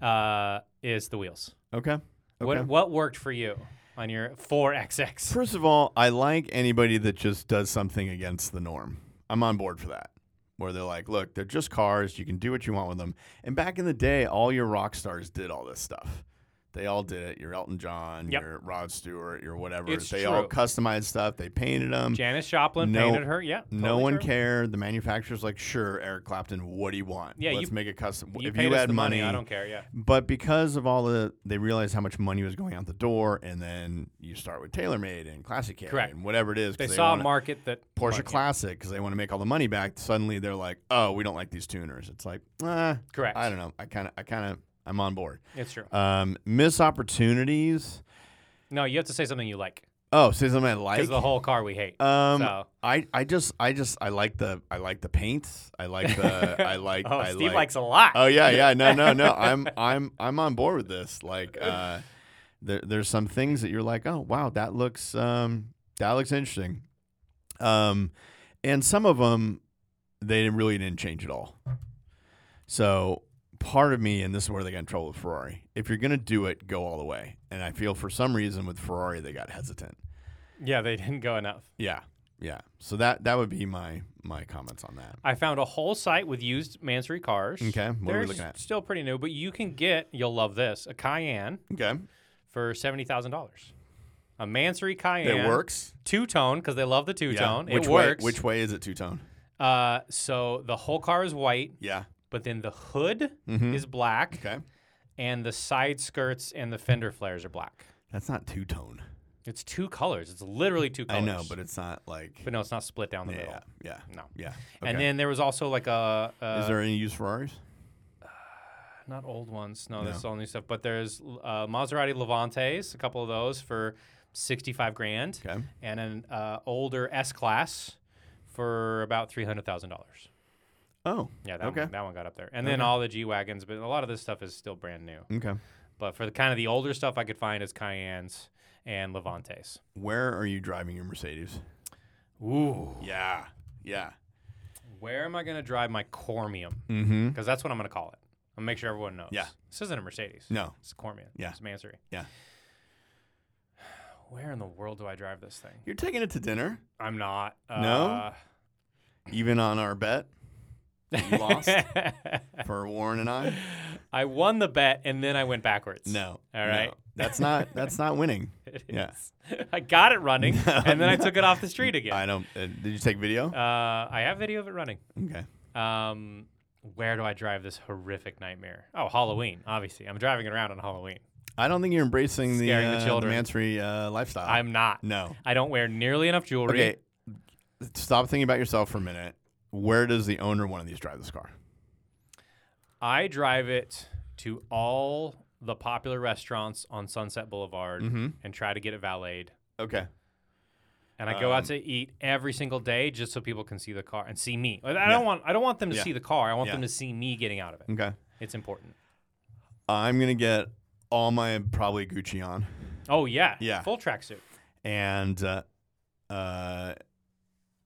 Speaker 2: uh, is the wheels.
Speaker 1: Okay. Okay.
Speaker 2: What what worked for you on your 4XX?
Speaker 1: First of all, I like anybody that just does something against the norm. I'm on board for that. Where they're like, look, they're just cars. You can do what you want with them. And back in the day, all your rock stars did all this stuff. They all did it. Your Elton John,
Speaker 2: Yep.
Speaker 1: your Rod Stewart, your whatever.
Speaker 2: It's
Speaker 1: they all
Speaker 2: true.
Speaker 1: customized stuff. They painted them.
Speaker 2: Janice Joplin
Speaker 1: No-
Speaker 2: painted her. Yeah.
Speaker 1: no
Speaker 2: totally
Speaker 1: one
Speaker 2: true.
Speaker 1: cared. The manufacturer's like, sure, Eric Clapton, what do you want?
Speaker 2: Yeah,
Speaker 1: Let's
Speaker 2: you-
Speaker 1: make a custom.
Speaker 2: You
Speaker 1: if
Speaker 2: paid
Speaker 1: you
Speaker 2: us
Speaker 1: had
Speaker 2: the
Speaker 1: money,
Speaker 2: I don't care. Yeah.
Speaker 1: but because of all the, they realized how much money was going out the door, and then you start with TaylorMade and Classic Care
Speaker 2: Correct.
Speaker 1: and whatever it is. 'cause
Speaker 2: They, saw
Speaker 1: wanna-
Speaker 2: a market that
Speaker 1: Porsche
Speaker 2: market.
Speaker 1: Classic because they want to make all the money back. Suddenly they're like, oh, we don't like these tuners. It's like, ah,
Speaker 2: Correct.
Speaker 1: I don't know. I kind of, I kind of, I'm on board.
Speaker 2: It's true.
Speaker 1: Um, miss opportunities.
Speaker 2: No, you have to say something you like
Speaker 1: Oh, say something I like.
Speaker 2: because the whole car we hate.
Speaker 1: um,
Speaker 2: so.
Speaker 1: I, I just, I just, I like the, I like the paints. I like the, I like,
Speaker 2: Oh,
Speaker 1: I
Speaker 2: Steve
Speaker 1: like,
Speaker 2: likes a lot.
Speaker 1: Oh yeah, yeah. No, no, no. I'm I'm I'm on board with this. Like uh there, there's some things that you're like, "Oh, wow, that looks um that looks interesting." Um and some of them they really didn't change at all. So, part of me and this is where they got in trouble with Ferrari. If you're going to do it, go all the way. And I feel for some reason with Ferrari they got hesitant.
Speaker 2: Yeah, they didn't go enough.
Speaker 1: Yeah. Yeah. So that that would be my my comments on that.
Speaker 2: I found a whole site with used Mansory cars.
Speaker 1: Okay, what are we
Speaker 2: They're
Speaker 1: looking at?
Speaker 2: Still pretty new, but you can get, you'll love this, a Cayenne
Speaker 1: Okay.
Speaker 2: for $70,000. A Mansory Cayenne.
Speaker 1: It works.
Speaker 2: Two tone, because they love the two tone.
Speaker 1: Which
Speaker 2: It
Speaker 1: way,
Speaker 2: works.
Speaker 1: Which way is it two tone?
Speaker 2: Uh, so the whole car is white,
Speaker 1: Yeah.
Speaker 2: but then the hood
Speaker 1: Mhm.
Speaker 2: is black,
Speaker 1: Okay.
Speaker 2: and the side skirts and the fender flares are black.
Speaker 1: That's not two tone.
Speaker 2: It's two colors. It's literally two
Speaker 1: I
Speaker 2: colors.
Speaker 1: know, but it's not like.
Speaker 2: but no, it's not split down the middle.
Speaker 1: yeah, yeah.
Speaker 2: No.
Speaker 1: Yeah. Okay.
Speaker 2: And then there was also like a,
Speaker 1: is
Speaker 2: uh
Speaker 1: there any used Ferraris?
Speaker 2: not old ones. No,
Speaker 1: No.
Speaker 2: this is all new stuff. But there's uh, Maserati Levantes, a couple of those for sixty-five grand,
Speaker 1: Okay.
Speaker 2: and an uh, older S class for about three hundred thousand dollars.
Speaker 1: Oh.
Speaker 2: Yeah, that
Speaker 1: Okay.
Speaker 2: one, that one got up there. And then
Speaker 1: Okay.
Speaker 2: all the G wagons, but a lot of this stuff is still brand new.
Speaker 1: Okay.
Speaker 2: But for the kind of the older stuff, I could find is Cayennes and Levantes.
Speaker 1: Where are you driving your Mercedes?
Speaker 2: Ooh,
Speaker 1: Yeah. Yeah.
Speaker 2: where am I gonna drive my Cormium?
Speaker 1: Mm-hmm.
Speaker 2: Because that's what I'm gonna call it. I'm gonna make sure everyone knows.
Speaker 1: Yeah.
Speaker 2: this isn't a Mercedes.
Speaker 1: No.
Speaker 2: It's Cormium.
Speaker 1: Yeah.
Speaker 2: It's Mansory.
Speaker 1: Yeah.
Speaker 2: Where in the world do I drive this thing?
Speaker 1: You're taking it to dinner,
Speaker 2: I'm not.
Speaker 1: No?
Speaker 2: Uh,
Speaker 1: even on our bet. that You lost for Warren and I.
Speaker 2: uh, I won the bet and then I went backwards.
Speaker 1: No.
Speaker 2: All
Speaker 1: no.
Speaker 2: right.
Speaker 1: That's not. That's not winning.
Speaker 2: It
Speaker 1: Yeah.
Speaker 2: is. I got it running and then I
Speaker 1: no.
Speaker 2: took it off the street again.
Speaker 1: I don't. Uh, did you take video?
Speaker 2: Uh, I have video of it running.
Speaker 1: okay.
Speaker 2: Um, where do I drive this horrific nightmare? Oh, Halloween, obviously. I'm driving it around on Halloween.
Speaker 1: I don't think you're embracing the,
Speaker 2: Scaring the
Speaker 1: uh,
Speaker 2: children.
Speaker 1: Mansory uh, lifestyle.
Speaker 2: I'm not.
Speaker 1: no.
Speaker 2: I don't wear nearly enough jewelry.
Speaker 1: Okay. Stop thinking about yourself for a minute. Where does the owner one of these drive this car?
Speaker 2: I drive it to all the popular restaurants on Sunset Boulevard
Speaker 1: Mhm.
Speaker 2: and try to get it valeted.
Speaker 1: Okay.
Speaker 2: And I go
Speaker 1: Um,
Speaker 2: out to eat every single day just so people can see the car and see me. I I
Speaker 1: Yeah.
Speaker 2: don't want I don't want them to
Speaker 1: Yeah.
Speaker 2: see the car. I want
Speaker 1: Yeah.
Speaker 2: them to see me getting out of it.
Speaker 1: Okay.
Speaker 2: It's important.
Speaker 1: I'm gonna get all my probably Gucci on,
Speaker 2: Oh yeah,
Speaker 1: Yeah.
Speaker 2: Full tracksuit.
Speaker 1: and uh, uh,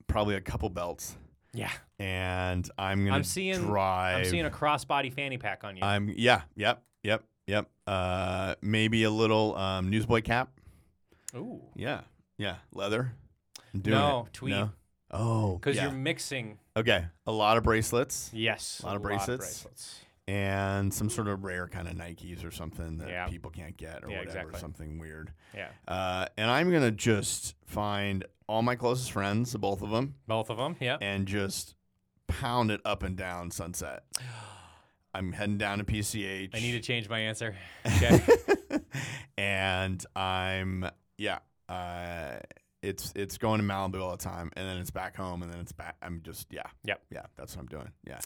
Speaker 1: probably a couple belts,
Speaker 2: Yeah,
Speaker 1: and I'm gonna
Speaker 2: I'm seeing- I'm
Speaker 1: drive.
Speaker 2: I'm seeing a crossbody fanny pack on you.
Speaker 1: I'm- yeah. Yep. Yep. Yep. Uh, maybe a little um, newsboy cap.
Speaker 2: Ooh,
Speaker 1: Yeah. Yeah. Leather. I'm doing
Speaker 2: no
Speaker 1: it.
Speaker 2: tweed
Speaker 1: No? Oh.
Speaker 2: because
Speaker 1: yeah.
Speaker 2: you're mixing.
Speaker 1: okay. A lot of bracelets.
Speaker 2: Yes,
Speaker 1: A lot of bracelets. and some sort of rare kind of Nikes or something that
Speaker 2: Yeah.
Speaker 1: people can't get or
Speaker 2: Yeah,
Speaker 1: whatever,
Speaker 2: exactly.
Speaker 1: something weird.
Speaker 2: Yeah,
Speaker 1: Uh, and I'm gonna just find all my closest friends, the both of them,
Speaker 2: both of them. Yeah,
Speaker 1: and just pound it up and down Sunset. I'm heading down to PCH.
Speaker 2: I need to change my answer. Okay.
Speaker 1: and I'm yeah. Uh, it's it's going to Malibu all the time, and then it's back home, and then it's back. I'm just yeah,
Speaker 2: Yep.
Speaker 1: yeah. That's what I'm doing. Yeah,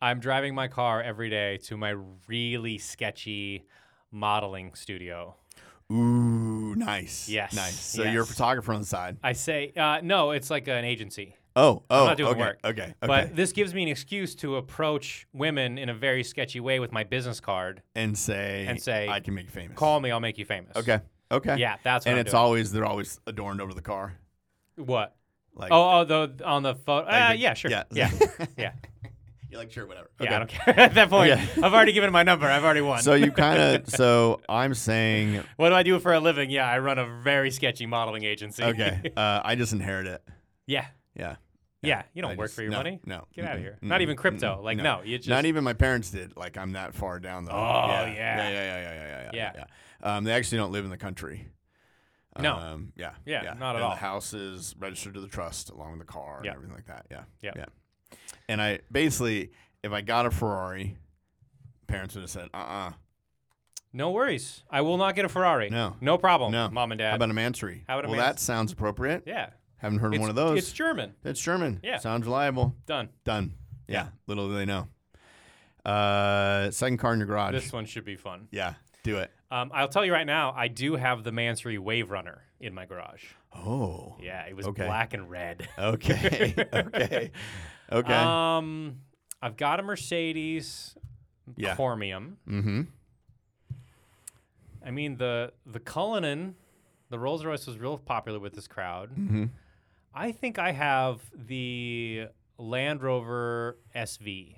Speaker 2: I'm driving my car every day to my really sketchy modeling studio.
Speaker 1: Ooh, nice.
Speaker 2: Yes,
Speaker 1: nice. So you're a
Speaker 2: yes.
Speaker 1: photographer on the side.
Speaker 2: I say, uh, no, it's like an agency.
Speaker 1: Oh, oh,
Speaker 2: not doing
Speaker 1: okay,
Speaker 2: work.
Speaker 1: Okay, okay.
Speaker 2: But this gives me an excuse to approach women in a very sketchy way with my business card.
Speaker 1: and say
Speaker 2: and say,
Speaker 1: I can make you famous.
Speaker 2: Call me, I'll make you famous.
Speaker 1: Okay, okay.
Speaker 2: Yeah, that's what
Speaker 1: and
Speaker 2: I'm
Speaker 1: it's
Speaker 2: doing.
Speaker 1: always they're always adorned over the car.
Speaker 2: what?
Speaker 1: Like
Speaker 2: Oh, oh, the on the photo.
Speaker 1: like
Speaker 2: uh,
Speaker 1: the-
Speaker 2: yeah, sure. Yeah, yeah,
Speaker 1: yeah.
Speaker 2: yeah.
Speaker 1: you're like sure, whatever.
Speaker 2: I don't care at that point.
Speaker 1: Okay.
Speaker 2: I've already given my number. I've already won.
Speaker 1: So you kind of so I'm saying
Speaker 2: what do I do for a living? Yeah, I run a very sketchy modeling agency.
Speaker 1: okay, uh, I just inherit it.
Speaker 2: yeah,
Speaker 1: Yeah.
Speaker 2: yeah. You don't
Speaker 1: I
Speaker 2: work
Speaker 1: just-
Speaker 2: for your
Speaker 1: no,
Speaker 2: money.
Speaker 1: No.
Speaker 2: Get out of
Speaker 1: mm-mm,
Speaker 2: here. Not
Speaker 1: mm-mm,
Speaker 2: even crypto.
Speaker 1: mm-mm,
Speaker 2: like no, you just
Speaker 1: Not even my parents did. Like I'm that far down the.
Speaker 2: Oh,
Speaker 1: yeah,
Speaker 2: yeah.
Speaker 1: yeah, yeah, yeah, yeah, yeah.
Speaker 2: Yeah.
Speaker 1: yeah, yeah. Um, they actually don't live in the country.
Speaker 2: No.
Speaker 1: Um, yeah.
Speaker 2: Yeah, not at
Speaker 1: and
Speaker 2: all.
Speaker 1: The house is registered to the trust along with the car
Speaker 2: Yeah.
Speaker 1: and everything like that. Yeah.
Speaker 2: Yeah.
Speaker 1: Yeah. And I basically, if I got a Ferrari, parents would have said, "Uh,
Speaker 2: No worries. I will not get a Ferrari.
Speaker 1: No.
Speaker 2: no problem.
Speaker 1: No.
Speaker 2: mom and
Speaker 1: uh
Speaker 2: dad.
Speaker 1: how about a Mansory?
Speaker 2: How about a
Speaker 1: well,
Speaker 2: Mans-
Speaker 1: that sounds appropriate.
Speaker 2: yeah,
Speaker 1: Haven't heard of
Speaker 2: it's,
Speaker 1: one of those.
Speaker 2: It's German.
Speaker 1: That's Sherman.
Speaker 2: Yeah.
Speaker 1: Sounds reliable.
Speaker 2: Done.
Speaker 1: Done. Yeah.
Speaker 2: Yeah.
Speaker 1: Little do they know. Uh, second car in your garage.
Speaker 2: This one should be fun.
Speaker 1: yeah. Do it.
Speaker 2: Um, I'll tell you right now, I do have the Mansory Wave Runner in my garage.
Speaker 1: Oh.
Speaker 2: Yeah, it was
Speaker 1: Okay.
Speaker 2: black and red.
Speaker 1: Okay. okay. Okay.
Speaker 2: Um, I've got a Mercedes
Speaker 1: Yeah.
Speaker 2: Cormium.
Speaker 1: mm-hmm.
Speaker 2: I mean the the Cullinan, the Rolls Royce was real popular with this crowd.
Speaker 1: Mhm.
Speaker 2: I think I have the Land Rover SV,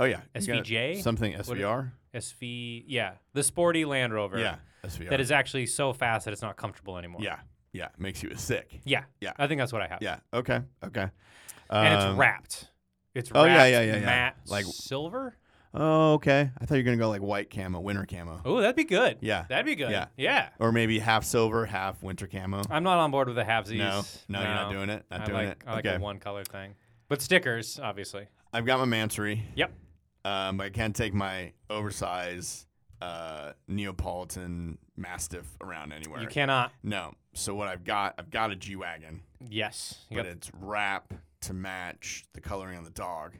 Speaker 1: Oh yeah. You got
Speaker 2: SVJ?
Speaker 1: Something
Speaker 2: What is-
Speaker 1: SVR.
Speaker 2: SV, yeah, the sporty Land Rover.
Speaker 1: Yeah. SVR.
Speaker 2: That is actually so fast that it's not comfortable anymore.
Speaker 1: Yeah. Yeah, makes you a sick.
Speaker 2: Yeah.
Speaker 1: Yeah.
Speaker 2: I think that's what I have.
Speaker 1: Yeah. Okay. Okay.
Speaker 2: And it's
Speaker 1: Um,
Speaker 2: wrapped. It's
Speaker 1: oh,
Speaker 2: wrapped
Speaker 1: yeah, yeah, yeah, yeah.
Speaker 2: matte
Speaker 1: Like-
Speaker 2: silver.
Speaker 1: Oh, okay. I thought you were gonna go like white camo, winter camo,
Speaker 2: Oh, that'd be good.
Speaker 1: Yeah.
Speaker 2: That'd be good.
Speaker 1: Yeah.
Speaker 2: Yeah.
Speaker 1: or maybe half silver, half winter camo.
Speaker 2: I'm not on board with the halvesies.
Speaker 1: No, no, you're not doing it. Not
Speaker 2: Oh, I
Speaker 1: doing
Speaker 2: like,
Speaker 1: it.
Speaker 2: I like
Speaker 1: okay.
Speaker 2: a one color thing. But stickers, obviously.
Speaker 1: I've got my Mansory.
Speaker 2: Yep.
Speaker 1: Um, but I can't take my oversized uh, Neapolitan Mastiff around anywhere.
Speaker 2: You cannot.
Speaker 1: No. So what I've got, I've got a G wagon,
Speaker 2: Yes. You
Speaker 1: but
Speaker 2: got-
Speaker 1: it's wrap to match the coloring on the dog.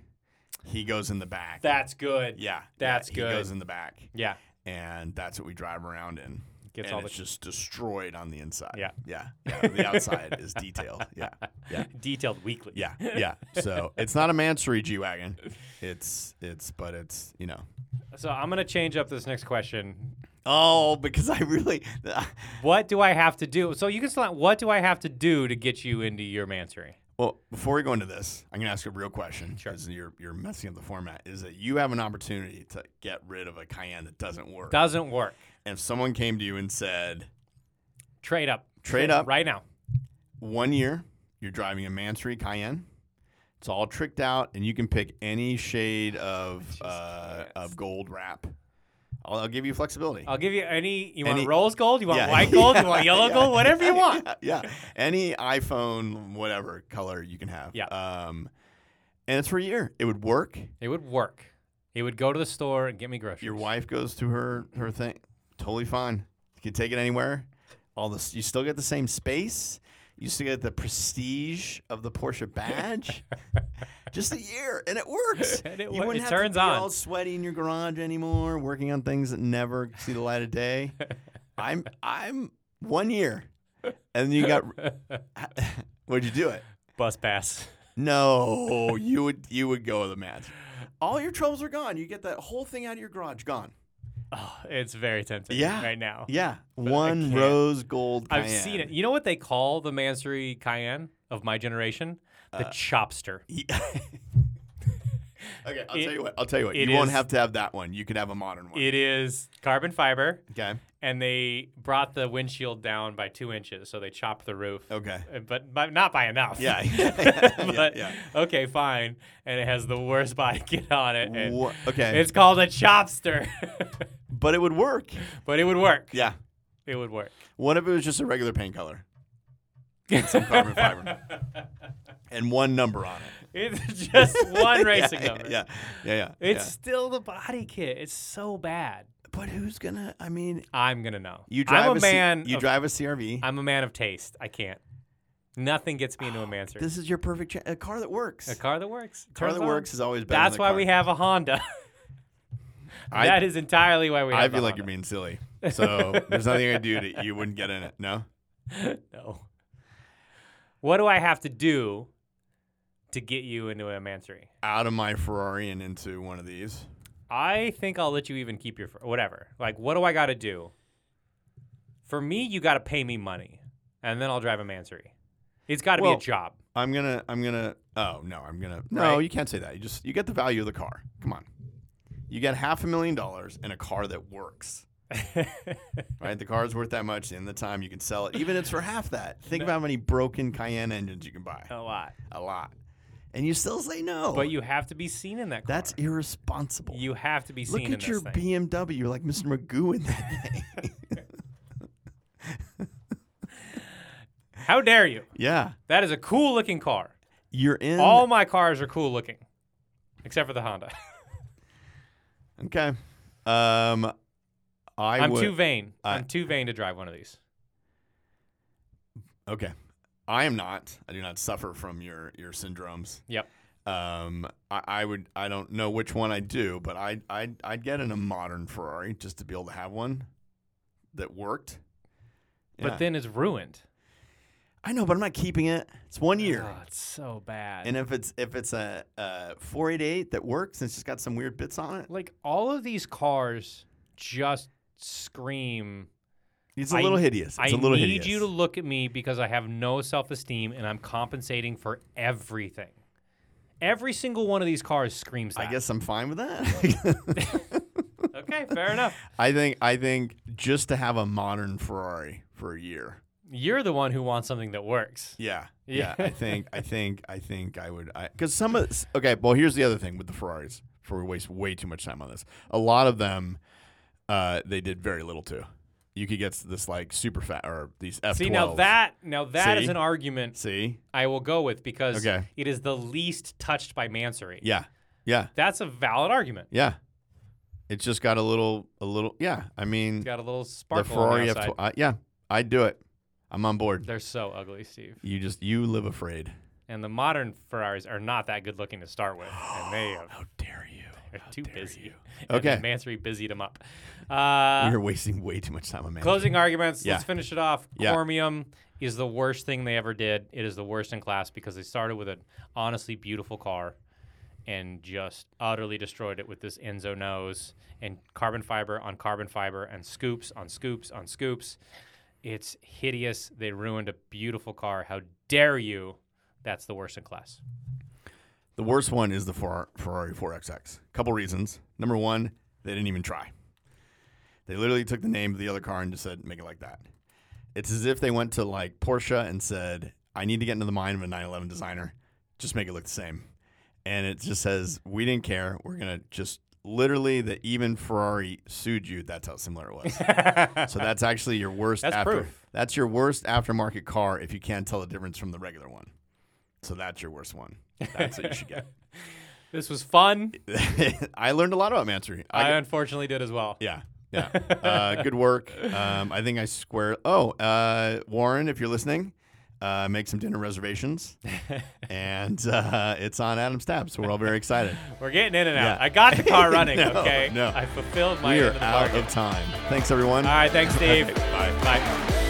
Speaker 1: He goes in the back.
Speaker 2: that's good.
Speaker 1: yeah,
Speaker 2: that's
Speaker 1: yeah,
Speaker 2: good.
Speaker 1: He goes in the back,
Speaker 2: Yeah.
Speaker 1: and that's what we drive around in.
Speaker 2: Gets
Speaker 1: and
Speaker 2: all the
Speaker 1: it's just destroyed on the inside.
Speaker 2: Yeah.
Speaker 1: yeah, yeah. The outside is detailed. Yeah, yeah.
Speaker 2: detailed weekly.
Speaker 1: Yeah, yeah. So it's not a Mansory G wagon. It's it's, but it's you know.
Speaker 2: So I'm gonna change up this next question.
Speaker 1: Oh, because I really,
Speaker 2: What do I have to do? So you can select. What do I have to do to get you into your mansory?
Speaker 1: Well, before we go into this, I'm going to ask a real question
Speaker 2: Sure.
Speaker 1: because you're you're messing up the format. Is that you have an opportunity to get rid of a Cayenne that doesn't work?
Speaker 2: Doesn't work.
Speaker 1: and if someone came to you and said,
Speaker 2: Trade up.
Speaker 1: Trade up.
Speaker 2: right now.
Speaker 1: one year you're driving a Mansory Cayenne, it's all tricked out, and you can pick any shade of uh, of gold wrap. I'll, I'll give you flexibility.
Speaker 2: I'll give you any. You want
Speaker 1: Any-
Speaker 2: rose gold? You want
Speaker 1: Yeah.
Speaker 2: white gold? You want
Speaker 1: Yeah.
Speaker 2: yellow gold? Whatever you want.
Speaker 1: Uh, yeah, any iPhone, whatever color you can have.
Speaker 2: Yeah.
Speaker 1: Um, and it's for a year. It would work.
Speaker 2: It would work. It would go to the store and get me groceries.
Speaker 1: Your wife goes to her her thing. Totally fine. You can take it anywhere. All this, you still get the same space. You still get the prestige of the Porsche badge. Just a year, and it works.
Speaker 2: And it
Speaker 1: you
Speaker 2: wor-
Speaker 1: wouldn't
Speaker 2: it
Speaker 1: have
Speaker 2: turns
Speaker 1: to be
Speaker 2: on.
Speaker 1: all sweaty in your garage anymore, working on things that never see the light of day. I'm I'm one year, and you got. Would you do it?
Speaker 2: Bus pass.
Speaker 1: No, you would you would go with the match. All your troubles are gone. You get that whole thing out of your garage gone.
Speaker 2: Oh, it's very tempting.
Speaker 1: Yeah.
Speaker 2: Right now.
Speaker 1: Yeah,
Speaker 2: I
Speaker 1: one
Speaker 2: can't.
Speaker 1: rose gold.
Speaker 2: I've
Speaker 1: Cayenne.
Speaker 2: seen it. You know what they call the mansory Cayenne of my generation? The
Speaker 1: Uh,
Speaker 2: chopster.
Speaker 1: Yeah. okay, I'll
Speaker 2: It-
Speaker 1: tell you what. I'll tell you what.
Speaker 2: it
Speaker 1: You won't
Speaker 2: is-
Speaker 1: have to have that one. You could have a modern one.
Speaker 2: It is carbon fiber,
Speaker 1: okay.
Speaker 2: and they brought the windshield down by two inches, so they chopped the roof.
Speaker 1: Okay.
Speaker 2: Uh, But, but not by enough.
Speaker 1: Yeah. yeah,
Speaker 2: but
Speaker 1: yeah.
Speaker 2: okay, fine. And it has the worst blanket on it. and
Speaker 1: Wha- okay.
Speaker 2: It's called a chopster,
Speaker 1: but it would work.
Speaker 2: but it would work.
Speaker 1: Yeah.
Speaker 2: It would work.
Speaker 1: What if it was just a regular paint color? Some carbon fiber. And one number on it.
Speaker 2: It's just one racing
Speaker 1: yeah,
Speaker 2: number.
Speaker 1: Yeah. Yeah. Yeah.
Speaker 2: It's
Speaker 1: yeah.
Speaker 2: still the body kit. It's so bad.
Speaker 1: But who's gonna? I mean,
Speaker 2: I'm gonna know.
Speaker 1: you drive
Speaker 2: I'm a
Speaker 1: C-
Speaker 2: man.
Speaker 1: you
Speaker 2: of,
Speaker 1: drive a CRV.
Speaker 2: I'm a man of taste. I can't. Nothing gets me
Speaker 1: Ah,
Speaker 2: into a mansory.
Speaker 1: this is your perfect cha- a car that works.
Speaker 2: a car that works. It
Speaker 1: car
Speaker 2: turns
Speaker 1: that
Speaker 2: on.
Speaker 1: works is always better.
Speaker 2: That's
Speaker 1: than a
Speaker 2: why
Speaker 1: car.
Speaker 2: we have a Honda.
Speaker 1: I-
Speaker 2: that is entirely why we. have
Speaker 1: I
Speaker 2: the
Speaker 1: feel like you're
Speaker 2: Honda.
Speaker 1: being silly. So there's nothing I do that you wouldn't get in it. No.
Speaker 2: No. What do I have to do to get you into a mansory?
Speaker 1: Out of my Ferrari and into one of these.
Speaker 2: I think I'll let you even keep your fr- whatever. Like, what do I got to do? For me, you got to pay me money, and then I'll drive a mansory. It's got to
Speaker 1: Well,
Speaker 2: be a job.
Speaker 1: I'm gonna. I'm gonna. Oh no. I'm gonna. No,
Speaker 2: Right.
Speaker 1: you can't say that. You just. You get the value of the car. Come on. You get half a million dollars and a car that works. right? The car's worth that much. In the time you can sell it, even if it's for half that. Think about how many broken Cayenne engines you can buy.
Speaker 2: a lot,
Speaker 1: A lot. And you still say no.
Speaker 2: Oh. but you have to be seen in that. Car.
Speaker 1: That's irresponsible.
Speaker 2: you have to be
Speaker 1: Look
Speaker 2: seen. in
Speaker 1: at
Speaker 2: this
Speaker 1: your
Speaker 2: thing.
Speaker 1: BMW. You're like Mr. Magoo in that thing.
Speaker 2: How dare you?
Speaker 1: yeah.
Speaker 2: That is a cool looking car.
Speaker 1: You're in.
Speaker 2: All my cars are cool looking, except for the Honda.
Speaker 1: Okay. Um, I
Speaker 2: I'm
Speaker 1: would,
Speaker 2: too vain.
Speaker 1: I-
Speaker 2: I'm too vain to drive one of these.
Speaker 1: Okay. I am not. I do not suffer from your your syndromes.
Speaker 2: Yep.
Speaker 1: Um, I, I would. I don't know which one I do, but I I'd, I'd get in a modern Ferrari just to be able to have one that worked. Yeah.
Speaker 2: But then it's ruined.
Speaker 1: I know, but I'm not keeping it. It's one year.
Speaker 2: Oh, it's so bad.
Speaker 1: And if it's if it's a, a 488 that works and it's just got some weird bits on it,
Speaker 2: like all of these cars just scream
Speaker 1: it's a
Speaker 2: I-
Speaker 1: little hideous. It's
Speaker 2: I
Speaker 1: a little
Speaker 2: need
Speaker 1: hideous.
Speaker 2: you to look at me because I have no self-esteem and I'm compensating for everything. Every single one of these cars screams
Speaker 1: I
Speaker 2: that.
Speaker 1: guess I'm fine with that.
Speaker 2: Okay, fair enough.
Speaker 1: I think I think just to have a modern Ferrari for a year
Speaker 2: You're the one who wants something that works.
Speaker 1: Yeah.
Speaker 2: Yeah.
Speaker 1: Yeah. I think I think I think I would I cuz some of s- okay, well here's the other thing with the Ferraris before we waste way too much time on this. A lot of them uh they did very little to. You could get this like super fat or these F12s.
Speaker 2: See now that now that is
Speaker 1: See?
Speaker 2: an argument
Speaker 1: See?
Speaker 2: I will go with because
Speaker 1: Okay.
Speaker 2: it is the least touched by Mansory.
Speaker 1: Yeah. Yeah.
Speaker 2: That's a valid argument.
Speaker 1: Yeah. It's just got a little a little yeah. I mean
Speaker 2: It's got a little
Speaker 1: the
Speaker 2: sparkle on
Speaker 1: Ferrari
Speaker 2: the
Speaker 1: F12
Speaker 2: outside.
Speaker 1: I, yeah. I'd do it. I'm on board.
Speaker 2: They're so ugly, Steve.
Speaker 1: You just you live afraid.
Speaker 2: And the modern Ferraris are not that good looking to start with, and they are
Speaker 1: How dare you?
Speaker 2: they're too busy.
Speaker 1: Okay.
Speaker 2: and Mansory busied them up. Uh,
Speaker 1: You're wasting way too much time on man.
Speaker 2: Closing arguments.
Speaker 1: Yeah.
Speaker 2: Let's finish it off.
Speaker 1: Yeah.
Speaker 2: Cormium is the worst thing they ever did. It is the worst in class because they started with an honestly beautiful car and just utterly destroyed it with this Enzo nose and carbon fiber on carbon fiber and scoops on scoops on scoops. It's hideous. They ruined a beautiful car. How dare you? That's the worst in class.
Speaker 1: The worst one is the Fer- Ferrari 4XX. Couple reasons. Number one, they didn't even try. They literally took the name of the other car and just said, make it like that. It's as if they went to like Porsche and said, I need to get into the mind of a 911 designer. Just make it look the same. And it just says, we didn't care. We're going to just literally, the even Ferrari sued you. That's how similar it was. so that's actually your worst
Speaker 2: That's
Speaker 1: after.
Speaker 2: proof.
Speaker 1: That's your worst aftermarket car if you can't tell the difference from the regular one. So that's your worst one. That's what you should get.
Speaker 2: This was fun.
Speaker 1: I learned a lot about Mansory. I,
Speaker 2: I, unfortunately did as well.
Speaker 1: yeah, yeah. Uh, good work. Um, I think I square. Oh, uh, Warren, if you're listening, uh, make some dinner reservations, and uh, it's on Adam's tab. So we're all very excited.
Speaker 2: We're getting in and
Speaker 1: Yeah.
Speaker 2: out. I got the car running.
Speaker 1: No,
Speaker 2: okay.
Speaker 1: no.
Speaker 2: I fulfilled my
Speaker 1: we are
Speaker 2: end of the
Speaker 1: out
Speaker 2: bargain.
Speaker 1: of time. Thanks, everyone.
Speaker 2: All right. Thanks, Steve.
Speaker 1: Bye.
Speaker 2: Bye.